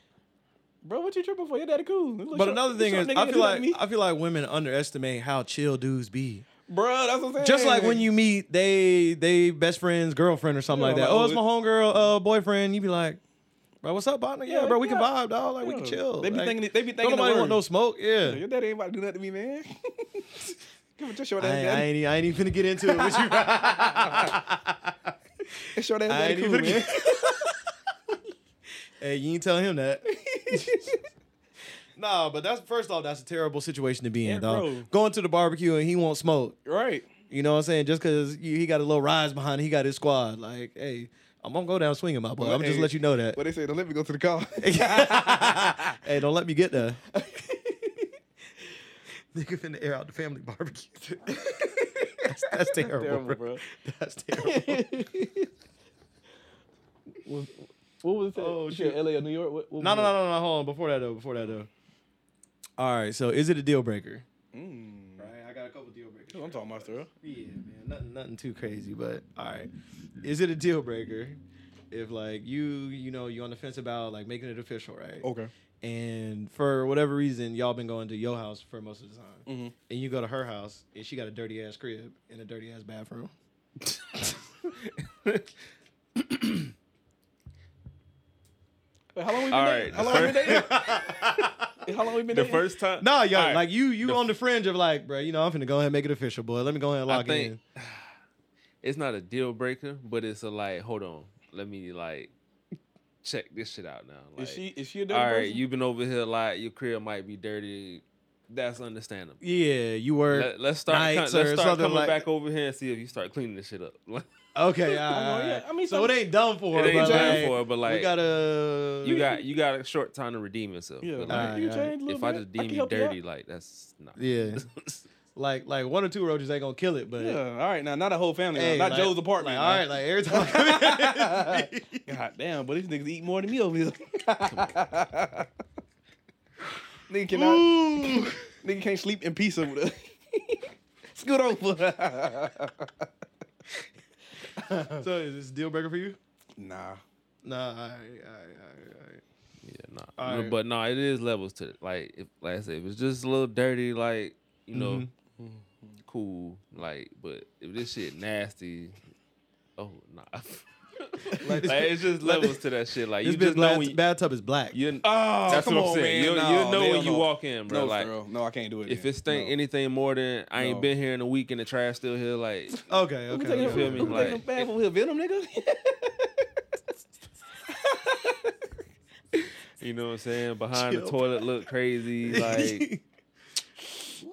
S2: bro, what you tripping for? Your daddy cool. This little
S1: But
S2: short-
S1: another
S2: this
S1: thing
S2: short
S1: is,
S2: nigga
S1: I
S2: ain't
S1: feel
S2: do nothing
S1: like
S2: to
S1: I
S2: me.
S1: feel like women underestimate how chill dudes be.
S2: bro, that's what I'm saying.
S1: Just like when you meet they they best friend's girlfriend or something
S2: Yeah,
S1: like that.
S2: like,
S1: oh, it's
S2: oh,
S1: my
S2: it-
S1: homegirl uh, boyfriend. You be like, bro, what's up, partner? Yeah,
S2: Yeah,
S1: bro, we can
S2: yeah.
S1: vibe, dog. Like we can
S2: Yeah.
S1: chill.
S2: They be
S1: Like,
S2: thinking- they be
S1: don't
S2: thinking the
S1: nobody want
S2: word.
S1: no smoke. Yeah.
S2: your daddy ain't about to do nothing to me, man. <laughs> Give it to short
S1: I,
S2: ass
S1: ain't- I
S2: daddy.
S1: ain't I ain't even finna get into it
S2: <laughs>
S1: with you.
S2: It's short ass
S1: I ain't
S2: daddy cool,
S1: even
S2: man.
S1: <laughs> hey, you ain't tell him <laughs> that. nah, but that's first off, that's a terrible situation to be in,
S2: Yeah,
S1: dog.
S2: bro.
S1: Going to the barbecue and he won't smoke.
S2: right.
S1: You know what I'm saying? Just because he got a little rise behind, it, he got his squad. Like, hey, I'm gonna go down swinging, my boy. I'm gonna just
S2: hey,
S1: let you know that. <laughs>
S2: But they say don't let me go to the car. <laughs>
S1: hey, don't let me get <laughs> there. Nigga finna air out the family barbecue. that's, <laughs> that's terrible,
S2: Terrible,
S1: bro.
S2: bro.
S1: That's terrible. <laughs>
S2: What what was it? Oh, shit. LA or New York? What, what
S1: no, no,
S2: was
S1: no,
S2: it?
S1: no, no. Hold on. Before that though. Before that though. All right. So, is it a deal breaker?
S2: Mm.
S1: Right. I got a couple deal breakers.
S2: I'm talking about Sarah.
S1: Yeah, man, nothing, nothing too crazy, but all right. Is it a deal breaker if like you, you know, you on the fence about like making it official, right?
S2: Okay.
S1: And for whatever reason, y'all been going to your house for most of the time,
S2: Mhm.
S1: and you go to her house, and she got a dirty ass crib and a dirty ass bathroom.
S2: <laughs>
S1: <laughs>
S2: Wait, how long we been
S4: All
S2: dating?
S4: right,
S2: How
S4: the
S2: long we been
S4: first-
S2: dating? how long we been
S4: <laughs> The
S2: dating?
S1: <laughs>
S4: first time,
S1: No, y'all
S4: All right.
S1: like you, you on the fringe of like, bro, you know, I'm finna go ahead and make it official, boy. Let me go ahead and
S4: I
S1: lock it
S4: think
S1: in.
S4: <sighs> it's not a deal breaker, but it's a like, hold on, let me like check this shit out now. Like,
S2: Is she is she a
S4: all
S2: dirty
S4: right,
S2: person?
S4: you've been over here a lot. Your crib might be dirty. That's understandable.
S1: Yeah, you were
S4: Let, us start.
S1: nights
S4: let's
S1: or
S4: start
S1: something
S4: coming
S1: like-
S4: back over here and see if you start cleaning this shit up. <laughs> Like,
S1: <laughs>
S2: <laughs>
S1: okay. All right,
S2: know,
S1: all
S2: yeah,
S1: right.
S2: I mean,
S1: so it
S2: some-
S1: ain't done for.
S4: it ain't
S1: but,
S4: done
S1: like,
S4: for her, but
S1: we
S4: like-
S1: gotta.
S4: you got you got a short time to redeem yourself.
S2: yeah, like,
S4: But, like,
S1: Alright,
S2: you
S1: alright.
S2: change a little
S4: if I
S2: bit.
S4: just
S2: can
S4: deem you
S2: help out.
S4: dirty, like that's not.
S1: <laughs> Yeah.
S4: <laughs>
S1: like like one or two roaches ain't gonna kill it, but
S2: Yeah, all right, now not a whole family, now,
S1: hey,
S2: not
S1: like-
S2: Joe's apartment.
S1: Like, all right, like every time. I come in- <laughs>
S4: <laughs>
S2: like God damn, but these niggas eat more than me over here. <laughs> Nigga cannot, nigga can't sleep in peace over there. <laughs> Scoot over. <laughs>
S1: so is this a deal breaker for you?
S2: nah,
S1: Nah, all right, all right, all right,
S4: Yeah, nah.
S1: Alright.
S4: No, But no, it is levels to it. Like, if, like I said, if it's just a little dirty, like you know,
S2: Mm-hmm.
S4: cool. Like, but if this shit nasty, oh nah. <laughs> like, it's just levels to that shit. Like
S1: This
S4: you just
S1: bitch
S4: know
S1: bath-
S4: when you,
S1: bathtub is black.
S4: you
S2: Oh,
S4: that's
S2: come
S4: what I'm
S2: on,
S4: saying.
S2: man.
S4: You'll,
S2: No,
S4: you'll know
S2: hell
S4: when you
S2: no.
S4: walk in, bro.
S2: no,
S4: like
S2: girl. no, I can't do it.
S4: if
S2: then.
S4: it stink
S2: No.
S4: anything more than I ain't
S2: No.
S4: been here in a week and the trash still here, like
S1: Okay,
S2: Who
S1: okay.
S2: taking
S1: okay,
S2: a-
S4: feel me?
S1: okay.
S2: who
S4: Like-
S2: taking a bath over here? Venom,
S4: <laughs>
S2: nigga.
S4: you know what
S2: <laughs>
S4: I'm saying. Behind the
S1: Chill,
S4: toilet look crazy, like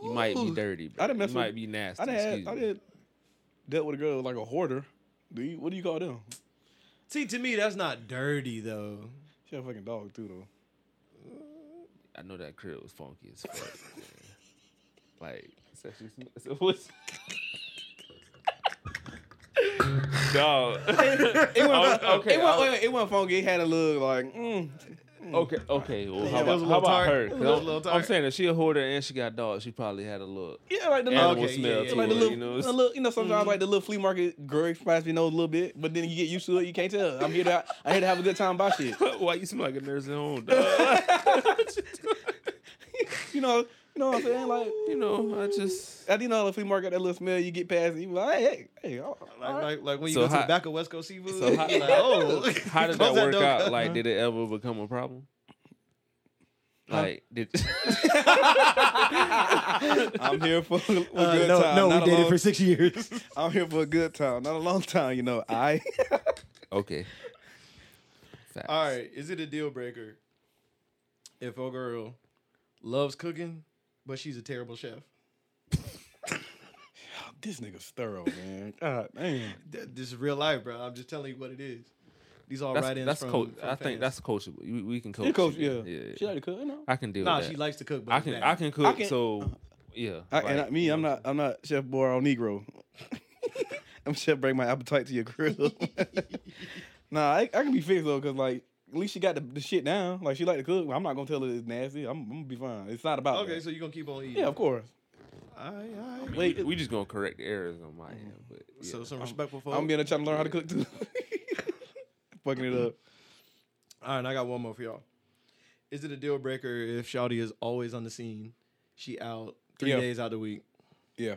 S4: you might be
S2: Ooh.
S4: dirty. Bro.
S2: I done messed
S4: you
S2: with-
S4: might be nasty.
S2: I done had,
S4: excuse
S2: I
S4: me.
S2: did dealt with a girl like a hoarder. Do you? What do you call them?
S1: <laughs> See, to me, that's not dirty though.
S2: She had a fucking dog too, though.
S4: I know that crib was funky as fuck.
S1: <laughs>
S4: man. like, so she sm- so <laughs> what's
S1: <laughs>
S4: Dog. <laughs> Oh, okay,
S2: it
S4: I
S2: wasn't, wait,
S4: was-
S2: wait, it wasn't funky. It had a look like, mm.
S4: okay, okay. Well, how
S1: It
S4: about,
S1: was a little
S4: how about
S1: tart.
S4: her?
S1: It
S4: 'Cause
S1: was a
S4: I'm-
S1: little
S4: I'm
S1: tart.
S4: saying if she a hoarder and she got dogs, she probably had a look.
S2: yeah, like the little,
S4: Animal
S1: Okay, yeah,
S4: smell
S1: yeah,
S4: to
S1: yeah,
S2: like the
S4: it,
S2: little,
S4: you know. mm.
S2: the little, you know, sometimes like the little flea market girl spots me know a little bit, but then you get used to it, you can't tell. I'm here to, I here to have a good time by shit.
S4: <laughs> Why you smell like a nursing home,
S1: <laughs>
S4: dog?
S2: You know, you know what I'm saying? Like,
S4: you know,
S1: <laughs>
S4: I just.
S2: at the end of the flea market, that little smell you get past, and you be like, hey, hey, hey, all,
S1: Like,
S2: all right.
S1: like, like when you
S4: So
S1: go to
S4: how-
S1: the back of West Coast Seafood.
S4: So
S1: <laughs>
S4: how- <laughs>
S1: you're like, oh,
S4: How
S1: <laughs>
S4: did that
S1: close
S4: work
S1: door. Uh-huh.
S4: out? Like, did it ever become a problem? Like, did. <laughs>
S2: I'm here for a good
S1: Uh, no,
S2: time.
S1: no,
S2: not
S1: we
S2: a
S1: dated
S2: long,
S1: for six years. <laughs>
S2: I'm here for a good time, not a long time. You know, I. <laughs>
S4: okay. Facts.
S1: All right, is it a deal breaker if a girl loves cooking, but she's a terrible chef?
S2: This nigga's thorough, man. God damn.
S1: Th- This is real life, bro. I'm just telling you what it is. These all
S4: That's,
S1: write-ins
S4: that's
S1: from,
S4: coach.
S1: from
S4: I think
S1: fans.
S4: that's coachable. You, we can coach.
S2: She coach, yeah.
S4: shit. yeah.
S2: She like to cook, you know.
S4: I can deal
S1: Nah,
S4: with that.
S1: she likes to cook, but
S4: I
S1: it's
S4: can.
S1: bad.
S4: I can cook.
S2: I can-
S4: so yeah.
S2: I, and
S4: like,
S2: I, me, I'm not. I'm not Chef Boral Negro. <laughs> I'm Chef Bring My Appetite to Your Grill. <laughs> nah, I, I can be fixed though, cause like at least she got the, the shit down. Like she like to cook. I'm not gonna tell her it's nasty. I'm, I'm gonna be fine. It's not about.
S1: Okay,
S2: that.
S1: so you gonna keep on eating?
S2: yeah, of course.
S1: All right, all right.
S4: Wait, we, we just gonna correct the errors on my end, but yeah.
S1: So some respectful folks.
S2: I'm gonna try to learn how to cook too. <laughs> Fucking it up.
S1: All right, and I got one more for y'all. Is it a deal breaker if Shawty is always on the scene? She out three
S2: Yeah.
S1: days out the week.
S2: Yeah,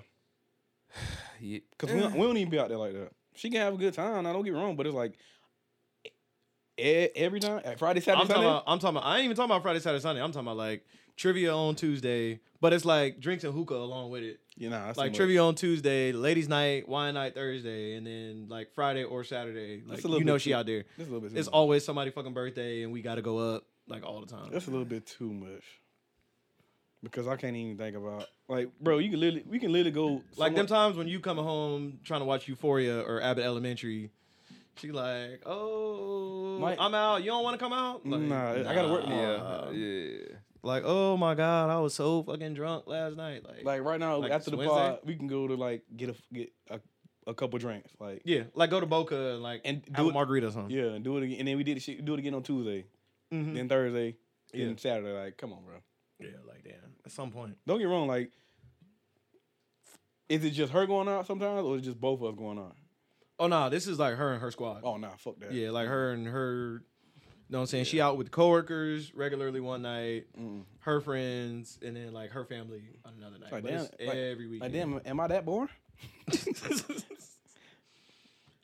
S4: Yeah.
S2: cause we, don't- we don't even be out there like that. She can have a good time. I don't get me wrong, but it's like e- every time like, Friday, Saturday,
S1: I'm talking,
S2: Sunday.
S1: about, I'm talking about. I ain't even talking about Friday, Saturday, Sunday. I'm talking about like trivia on Tuesday, but it's like drinks and hookah along with it.
S2: you know,
S1: Like trivia on Tuesday, ladies' night, wine night Thursday, and then like Friday or Saturday. Like
S2: a little
S1: you know
S2: bit
S1: she
S2: too- Mm.
S1: out there.
S2: That's a little bit. too
S1: It's
S2: much.
S1: always somebody fucking birthday, and we gotta go up like all the time.
S2: That's a little bit too much. Because I can't even think about like, bro. You can literally, we can literally go
S1: Like them
S2: somewhere-
S1: times when you come home trying to watch Euphoria or Abbott Elementary, she like, oh,
S2: Mike-
S1: I'm out. You don't want to come out? Like,
S2: Nah, I gotta work tomorrow.
S1: nah.
S4: yeah.
S1: Like, oh my god, I was so fucking drunk last night. Like,
S2: Like right now,
S1: Like,
S2: after the
S1: it's
S2: pod,
S1: Wednesday?
S2: we can go to like get a get a, a couple drinks, like
S1: yeah, like go to Boca and like
S2: And
S1: and have
S2: do
S1: a
S2: it-
S1: margarita or something.
S2: yeah, and do it again. And then we did the shit, do it again on Tuesday,
S1: Mhm.
S2: then Thursday,
S1: Yeah.
S2: then Saturday. Like, come on, bro.
S1: yeah, like damn. At some point,
S2: Don't get wrong. Like, is it just her going out sometimes, or is it just both of us going out?
S1: oh no, this is like her and her squad.
S2: Oh nah, fuck that.
S1: Yeah, like her and her. You know what I'm saying? She out with coworkers regularly one night,
S2: Mm.
S1: her friends, and then like her family on another night.
S2: Like,
S1: But it's
S2: damn, like-
S1: every week.
S2: Like, damn, am I that boring?
S1: <laughs>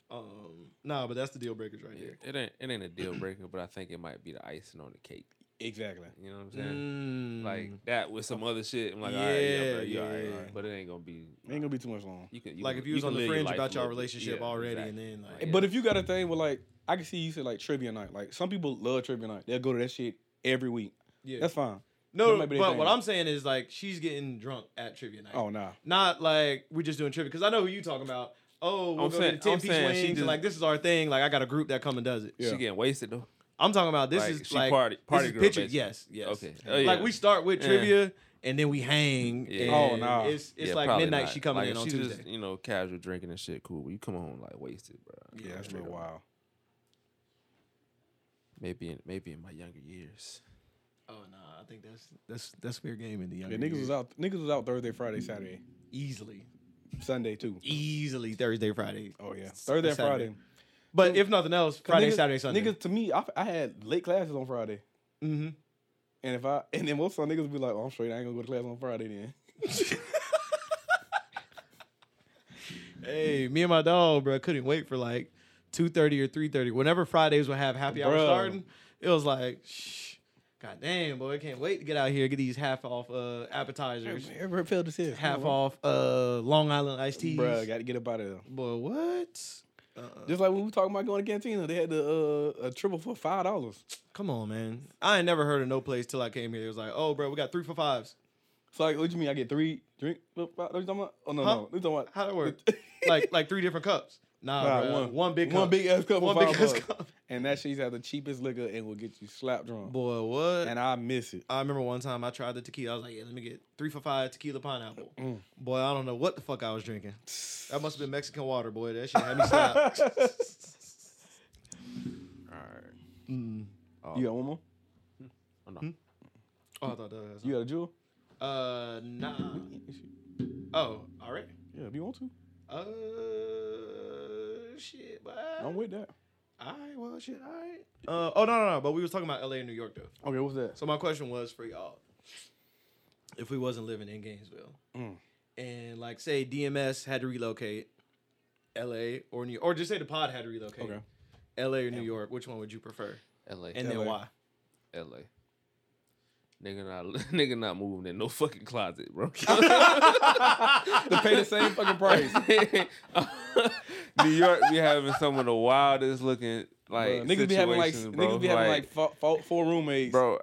S1: um, nah, but that's the deal breakers right
S4: Yeah.
S1: here.
S4: It ain't. It ain't a deal breaker, but I think it might be the icing on the cake.
S2: Exactly.
S4: You know what I'm saying?
S1: Mm.
S4: Like that with some other shit. I'm like,
S1: Yeah,
S4: all right, yeah, bro, you
S1: yeah,
S4: all right.
S1: yeah.
S4: But it ain't gonna be.
S2: Ain't gonna be too much long.
S4: You can, you
S1: like
S4: can-
S1: if you was
S4: can
S1: on the
S4: live your
S1: fringe
S4: life
S1: about
S4: a
S1: your
S4: little bit.
S1: relationship
S4: Yeah,
S1: already,
S4: exactly.
S1: and then like,
S4: Like,
S2: But if you got a thing with like, I can see you said like trivia night. Like some people love trivia night. They'll go to that shit every week.
S1: yeah.
S2: That's fine. that
S1: no,
S2: might
S1: but
S2: be the thing.
S1: what I'm saying is like she's getting drunk at trivia night.
S2: Oh nah.
S1: not like we're just doing trivia because I know who you talking about. Oh, we'll
S4: I'm
S1: go
S4: saying-
S1: get ten
S4: I'm
S1: piece
S4: saying
S1: wings.
S4: she
S1: and,
S4: just-
S1: like this is our thing. Like I got a group that come and does it.
S2: Yeah.
S4: She getting wasted though.
S1: I'm talking about this
S4: Like,
S1: is
S4: she
S1: like
S4: party- party
S1: this is
S4: girl,
S1: picture-
S4: basically.
S1: Yes, yes.
S4: Okay. Oh,
S1: Like
S4: yeah.
S1: we start with
S4: Yeah.
S1: trivia and then we hang.
S4: Yeah.
S1: and
S2: Oh, nah.
S1: It's it's
S4: Yeah,
S1: like
S4: probably
S1: midnight.
S4: not.
S1: She coming
S4: Like,
S1: in
S4: if
S1: on
S4: she
S1: Tuesday.
S4: Just, you know, casual drinking and shit. Cool. But you come home like wasted, bro.
S2: Yeah, that's
S4: Straight
S2: real
S4: up.
S2: wild.
S4: Maybe in maybe in my younger years.
S1: oh no, I think that's that's that's fair game in the younger
S2: Yeah, niggas
S1: years.
S2: was out. Niggas was out Thursday, Friday, Saturday,
S1: easily,
S2: Sunday too.
S1: easily Thursday, Friday.
S2: Oh yeah, Thursday, and
S1: Saturday.
S2: Friday.
S1: But if nothing else,
S2: 'Cause
S1: Friday,
S2: niggas-
S1: Saturday, Sunday.
S2: Niggas to me, I, I had late classes on Friday,
S1: hmm
S2: and if I and then most of the niggas be like, oh, I'm straight. I ain't gonna go to class on Friday then.
S1: Hey, me and my dog, bro, couldn't wait for like two thirty or three thirty. Whenever Fridays would have happy hour
S2: Bruh.
S1: starting, it was like, shh, god damn, boy, I can't wait to get out here, get these half off uh, appetizers,
S2: Ever felt this here?
S1: half off uh, Long Island iced teas.
S2: Bro, got to get up out of there.
S1: boy, what? Uh,
S2: Just like when we talking about going to Cantina, they had the uh, a triple for five dollars.
S1: come on, man. I ain't never heard of no place till I came here. It was like, oh, bro, we got three for fives.
S2: So like, what you mean? I get three drink? What what you talking about? Oh no,
S1: Huh?
S2: no, you talking about
S1: How that work? like, like three different cups. Nah,
S2: <laughs> Nah,
S1: bruh,
S2: one-
S1: one big,
S2: one
S1: cup.
S2: big ass cup,
S1: one
S2: one
S1: big
S2: five
S1: ass
S2: bucks.
S1: cup.
S2: and that shit's have the cheapest liquor and will get you slap drunk.
S1: <laughs> Boy, what?
S2: And I miss it.
S1: I remember one time I tried the tequila. I was like, yeah, let me get three for five tequila pineapple.
S2: Mm.
S1: Boy, I don't know what the fuck I was
S2: <sighs>
S1: drinking. That must have been Mexican water, boy. That shit had me
S2: <laughs>
S1: stopped.
S4: All right.
S2: You got one more?
S4: Oh,
S2: Hmm?
S4: no.
S1: oh, I thought that was.
S2: You got a jewel?
S1: Uh, nah. Oh, all right.
S2: Yeah, if you want to,
S1: Uh, shit, but
S2: I'm with that.
S1: All right, well, shit, all right. Uh, oh, no, no, no. But we was talking about LA and New York, though.
S2: Okay, what's that?
S1: So my question was for y'all: If we wasn't living in Gainesville,
S2: Mm.
S1: and like say DMS had to relocate, L.A. or New, or just say the pod had to relocate,
S2: Okay.
S1: L.A. or New York, which one would you prefer,
S4: L.A.
S1: and
S2: LA.
S1: then why?
S4: L.A. Nigga not <laughs> nigga not moving in no fucking closet, bro. <laughs>
S2: to pay the same <laughs> fucking price.
S4: <laughs> New York be having some of the wildest looking like
S2: Bruh, niggas be having like
S4: situations, bro.
S2: niggas be having like four, four, four roommates. <laughs>
S4: bro.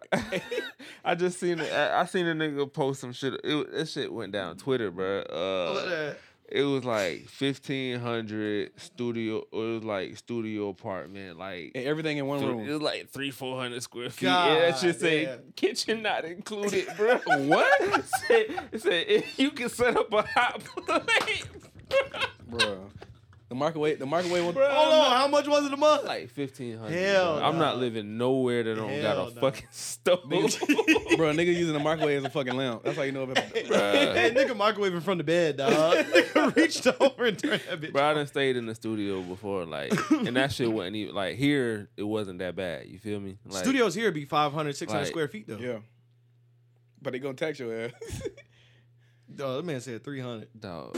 S4: <laughs> I just
S1: Oh,
S4: seen it. I I seen a nigga post some shit. It, that shit went down Twitter, bro. Uh, it was like fifteen hundred studio. It was like studio apartment, like.
S2: And everything in one
S4: th-
S2: room.
S4: It was like three, four hundred square feet. yeah, that should
S1: God,
S4: say
S1: yeah.
S4: kitchen
S1: <laughs>
S4: not included, bro. what? <laughs> it said, it said if you can set up a hot plate,
S2: Bruh. The microwave, the microwave <laughs> one.
S4: Bruh.
S1: Hold on, how much was it a month?
S4: <laughs>
S1: <laughs>
S4: like fifteen hundred.
S1: Hell
S4: I'm not
S1: nah.
S4: living nowhere that don't
S1: Hell
S4: got a
S1: nah.
S4: fucking <laughs> stove.
S2: Bro, nigga using the microwave as a fucking lamp. That's how you know about
S4: <laughs>
S1: hey, nigga microwaving from the bed, dog. <laughs> nigga reached over and turned that bitch.
S4: Bro, I done stayed in the studio before, like, and that
S1: <laughs>
S4: shit wasn't even like here. It wasn't that bad. You feel me? Like,
S1: Studios here be 500, 600
S4: like-
S1: square feet, though.
S2: Yeah. But they gonna tax your ass.
S1: Dawg, that man said 300.
S4: dog,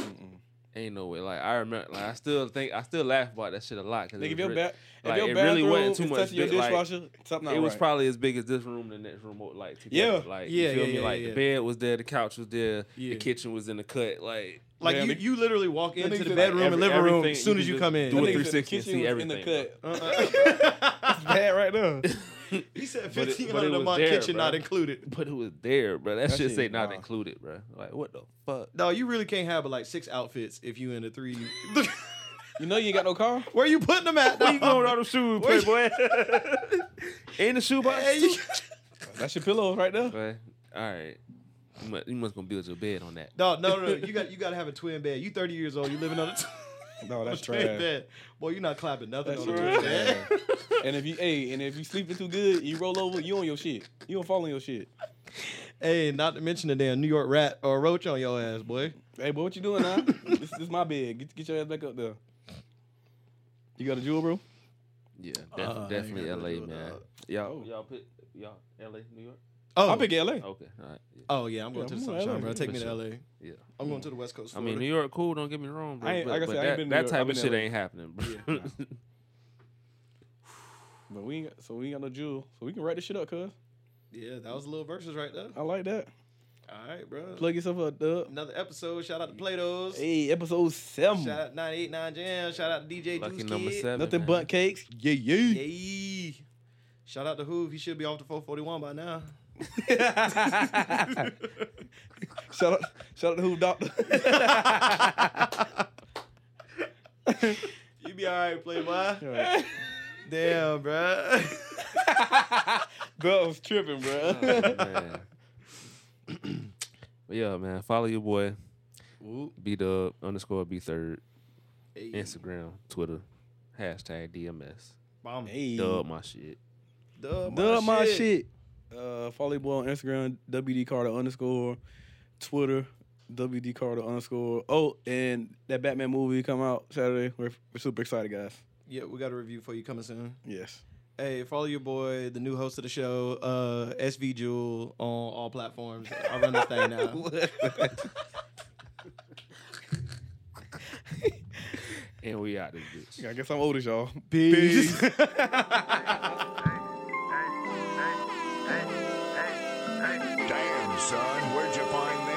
S4: ain't no way. Like, I remember, like, I still think, I still laugh about that shit a lot. Cause
S2: Nigga, if
S4: it was
S2: your,
S4: re-
S2: ba-
S4: like,
S2: if your
S4: it really
S2: bathroom
S4: wasn't
S2: is
S4: too much
S2: touching your
S4: big, like,
S2: dishwasher, something not
S4: it was
S2: right.
S4: probably as big as this room, the next room, like, together.
S2: Yeah.
S4: like,
S1: Yeah,
S4: you feel
S1: yeah,
S4: me?
S1: yeah,
S4: like,
S1: yeah.
S4: the bed was there, the couch was there,
S1: Yeah.
S4: the kitchen was in the cut, like.
S1: Like,
S2: Yeah,
S1: you,
S2: nigga-
S1: you literally walk into
S2: nigga
S1: the
S2: said,
S1: bedroom
S4: like,
S1: and
S4: every-
S1: living room
S4: everything
S1: as soon
S4: you
S1: as
S4: can
S1: you
S4: just
S1: come in.
S4: do
S2: That
S4: it.
S2: nigga said the
S4: 360 and
S2: kitchen
S4: see
S2: was
S4: everything,
S2: In the cut.
S1: Uh-uh.
S2: <laughs> Bad right now.
S1: he said
S4: But it-
S1: 1500
S4: but it
S1: a
S4: was
S1: month,
S4: there,
S1: kitchen
S4: bro.
S1: not included.
S4: <laughs> But it was there, bro. That,
S2: That
S4: shit
S2: shit
S4: say not
S2: wild.
S4: included, bro. Like, what the fuck?
S1: No, you really can't have like six outfits if you in a three. <laughs>
S2: You know you ain't got no car?
S1: Where you putting them at?
S4: Where you
S1: dawg?
S4: going with all them shoes,
S1: Where you-
S4: playboy? in the
S1: <laughs>
S4: shoebox?
S1: Hey, you-
S2: That's your pillow right there.
S4: But all right, you must, you must gonna build your bed on that.
S1: <laughs> No, no, no, no. You got you got to have a twin bed. You thirty years old. You living on a, <laughs> t-
S2: No, that's
S1: twin
S2: trash.
S1: bed. Boy, you not clapping nothing
S2: That's
S1: on a
S2: trash.
S1: twin bed. <laughs>
S2: And if you hey, and if you sleeping too good, you roll over, you on your shit. You don't fall on your shit.
S1: hey, not to mention the damn New York rat or roach on your ass, boy.
S2: Hey, boy, what you doing <laughs> now? this, this is my bed. Get, get your ass back up there. You got a jewel, bro?
S4: Yeah, def-
S1: I ain't
S4: definitely
S1: gotta
S4: L.A.
S1: do it,
S4: man.
S1: dog.
S4: Y'all, y'all put y'all L.A. New York.
S1: Oh,
S2: I pick LA.
S4: Okay, all right. Yeah.
S1: oh yeah, I'm going
S2: Yeah,
S1: to the
S2: I'm going to
S1: sunshine,
S2: LA,
S1: bro. Take me
S4: for
S1: to
S4: sure.
S1: LA.
S4: Yeah.
S1: I'm going to the West Coast.
S4: I
S1: Florida.
S4: mean, New York cool. Don't get me wrong, bro.
S2: I ain't-
S4: but,
S2: like I
S4: but
S2: said, I ain't
S4: that,
S2: been to
S4: that
S2: New York. I've
S4: type
S2: been
S4: of shit
S2: LA.
S4: ain't happening, bro. <laughs>
S2: But we ain't got, so we ain't got no jewel. So we can write this shit up, cuz.
S1: yeah, that was a little verses right there.
S2: I like that.
S1: All right, bro.
S2: Plug yourself up, dub.
S1: Another episode. Shout out to Plato's.
S2: Hey, episode seven.
S1: Shout out 989 Jam. Shout out to DJ
S4: Lucky
S1: Deuce
S4: number
S1: Kid.
S4: seven.
S2: Nothing
S4: man. <laughs>
S2: but cakes. Yeah, yeah.
S1: Yay. Shout out to Hoove. He should be off to 441 by now.
S2: Shout out, shout out to Who <laughs> Doctor.
S1: You be all right, <laughs> Playboy. Damn, bro. <laughs>
S2: Bro, was tripping, bro.
S4: Oh, man. But yeah, man. Follow your boy. B Dub underscore B Third
S1: Hey,
S4: Instagram Twitter hashtag DMS
S1: bomb.
S2: hey,
S4: Dub my
S2: <laughs>
S4: shit.
S1: Dub my,
S2: Dub my
S1: shit.
S2: shit. Uh, follow your boy on Instagram, WD Carter underscore, Twitter, WD Carter underscore. Oh, and that Batman movie come out Saturday. We're, we're super excited, guys.
S1: Yeah, we got a review for you coming soon.
S2: Yes.
S1: Hey, follow your boy, the new host of the show, uh, SV Jewel on all platforms. I run that thing
S4: <laughs>
S1: now.
S4: And we out this bitch.
S2: I guess I'm old as y'all.
S1: Peace.
S5: Damn, son, where'd you find this?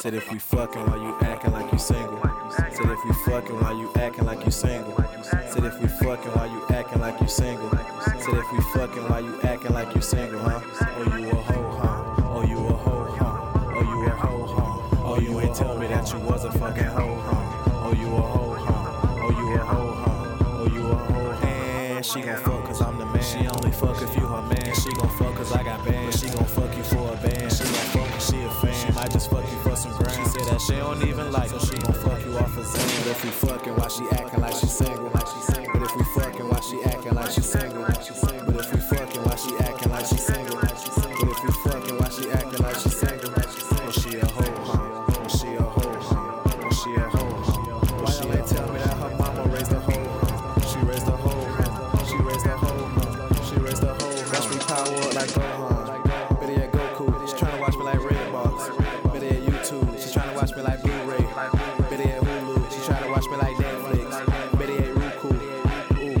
S6: Said if we fucking while you acting like you single. Said if we fucking while you acting like you single. Said if we fucking while you acting like you single. Said if we fucking while you acting like you single, huh? Oh you a hoe, huh? Oh you a hoe, huh? Oh you a hoe, huh? Oh you ain't tell me that you was a fucking hoe, huh? Oh you a hoe, huh? Oh you a hoe, huh? Oh you a hoe, huh? And she gon' fuck cause I'm the man. She only fuck if you her man. She gon' fuck cause I got bands. But she gon' fuck you for a band. She gon' fuck cause she a fan. She might just fuck you for some grand. She said that she don't even like so she gon' fuck you off a zan. But if we fucking, why she acting like she single? Like she single. But if we fucking, why she acting like she single? Like she single. But if we fucking, why she acting like she single? Like she single. But if we fucking, why she acting like she single? Like she single. Oh, she a hoe, huh? Oh, she a hoe, huh? Oh, she a hoe, huh? Why she ain't tell me that her mama raised a hoe? huh? She raised a hoe, huh? She raised a hoe, huh? She raised a hoe. huh? Watch me power up like Gohan. Better yet, Goku. She tryna watch me like Red Box. Better yet, YouTube. She tryna watch me like Blu-ray. Better yet, Hulu. She tryna watch me like Netflix. Better yet, Roku. Ooh.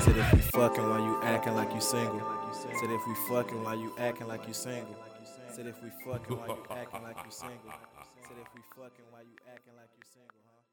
S6: Said if we fucking while you acting like you single. Said if we fucking while you acting like you single. Said if we fucking while you acting like you single. Said if we fucking while you acting like you single, huh?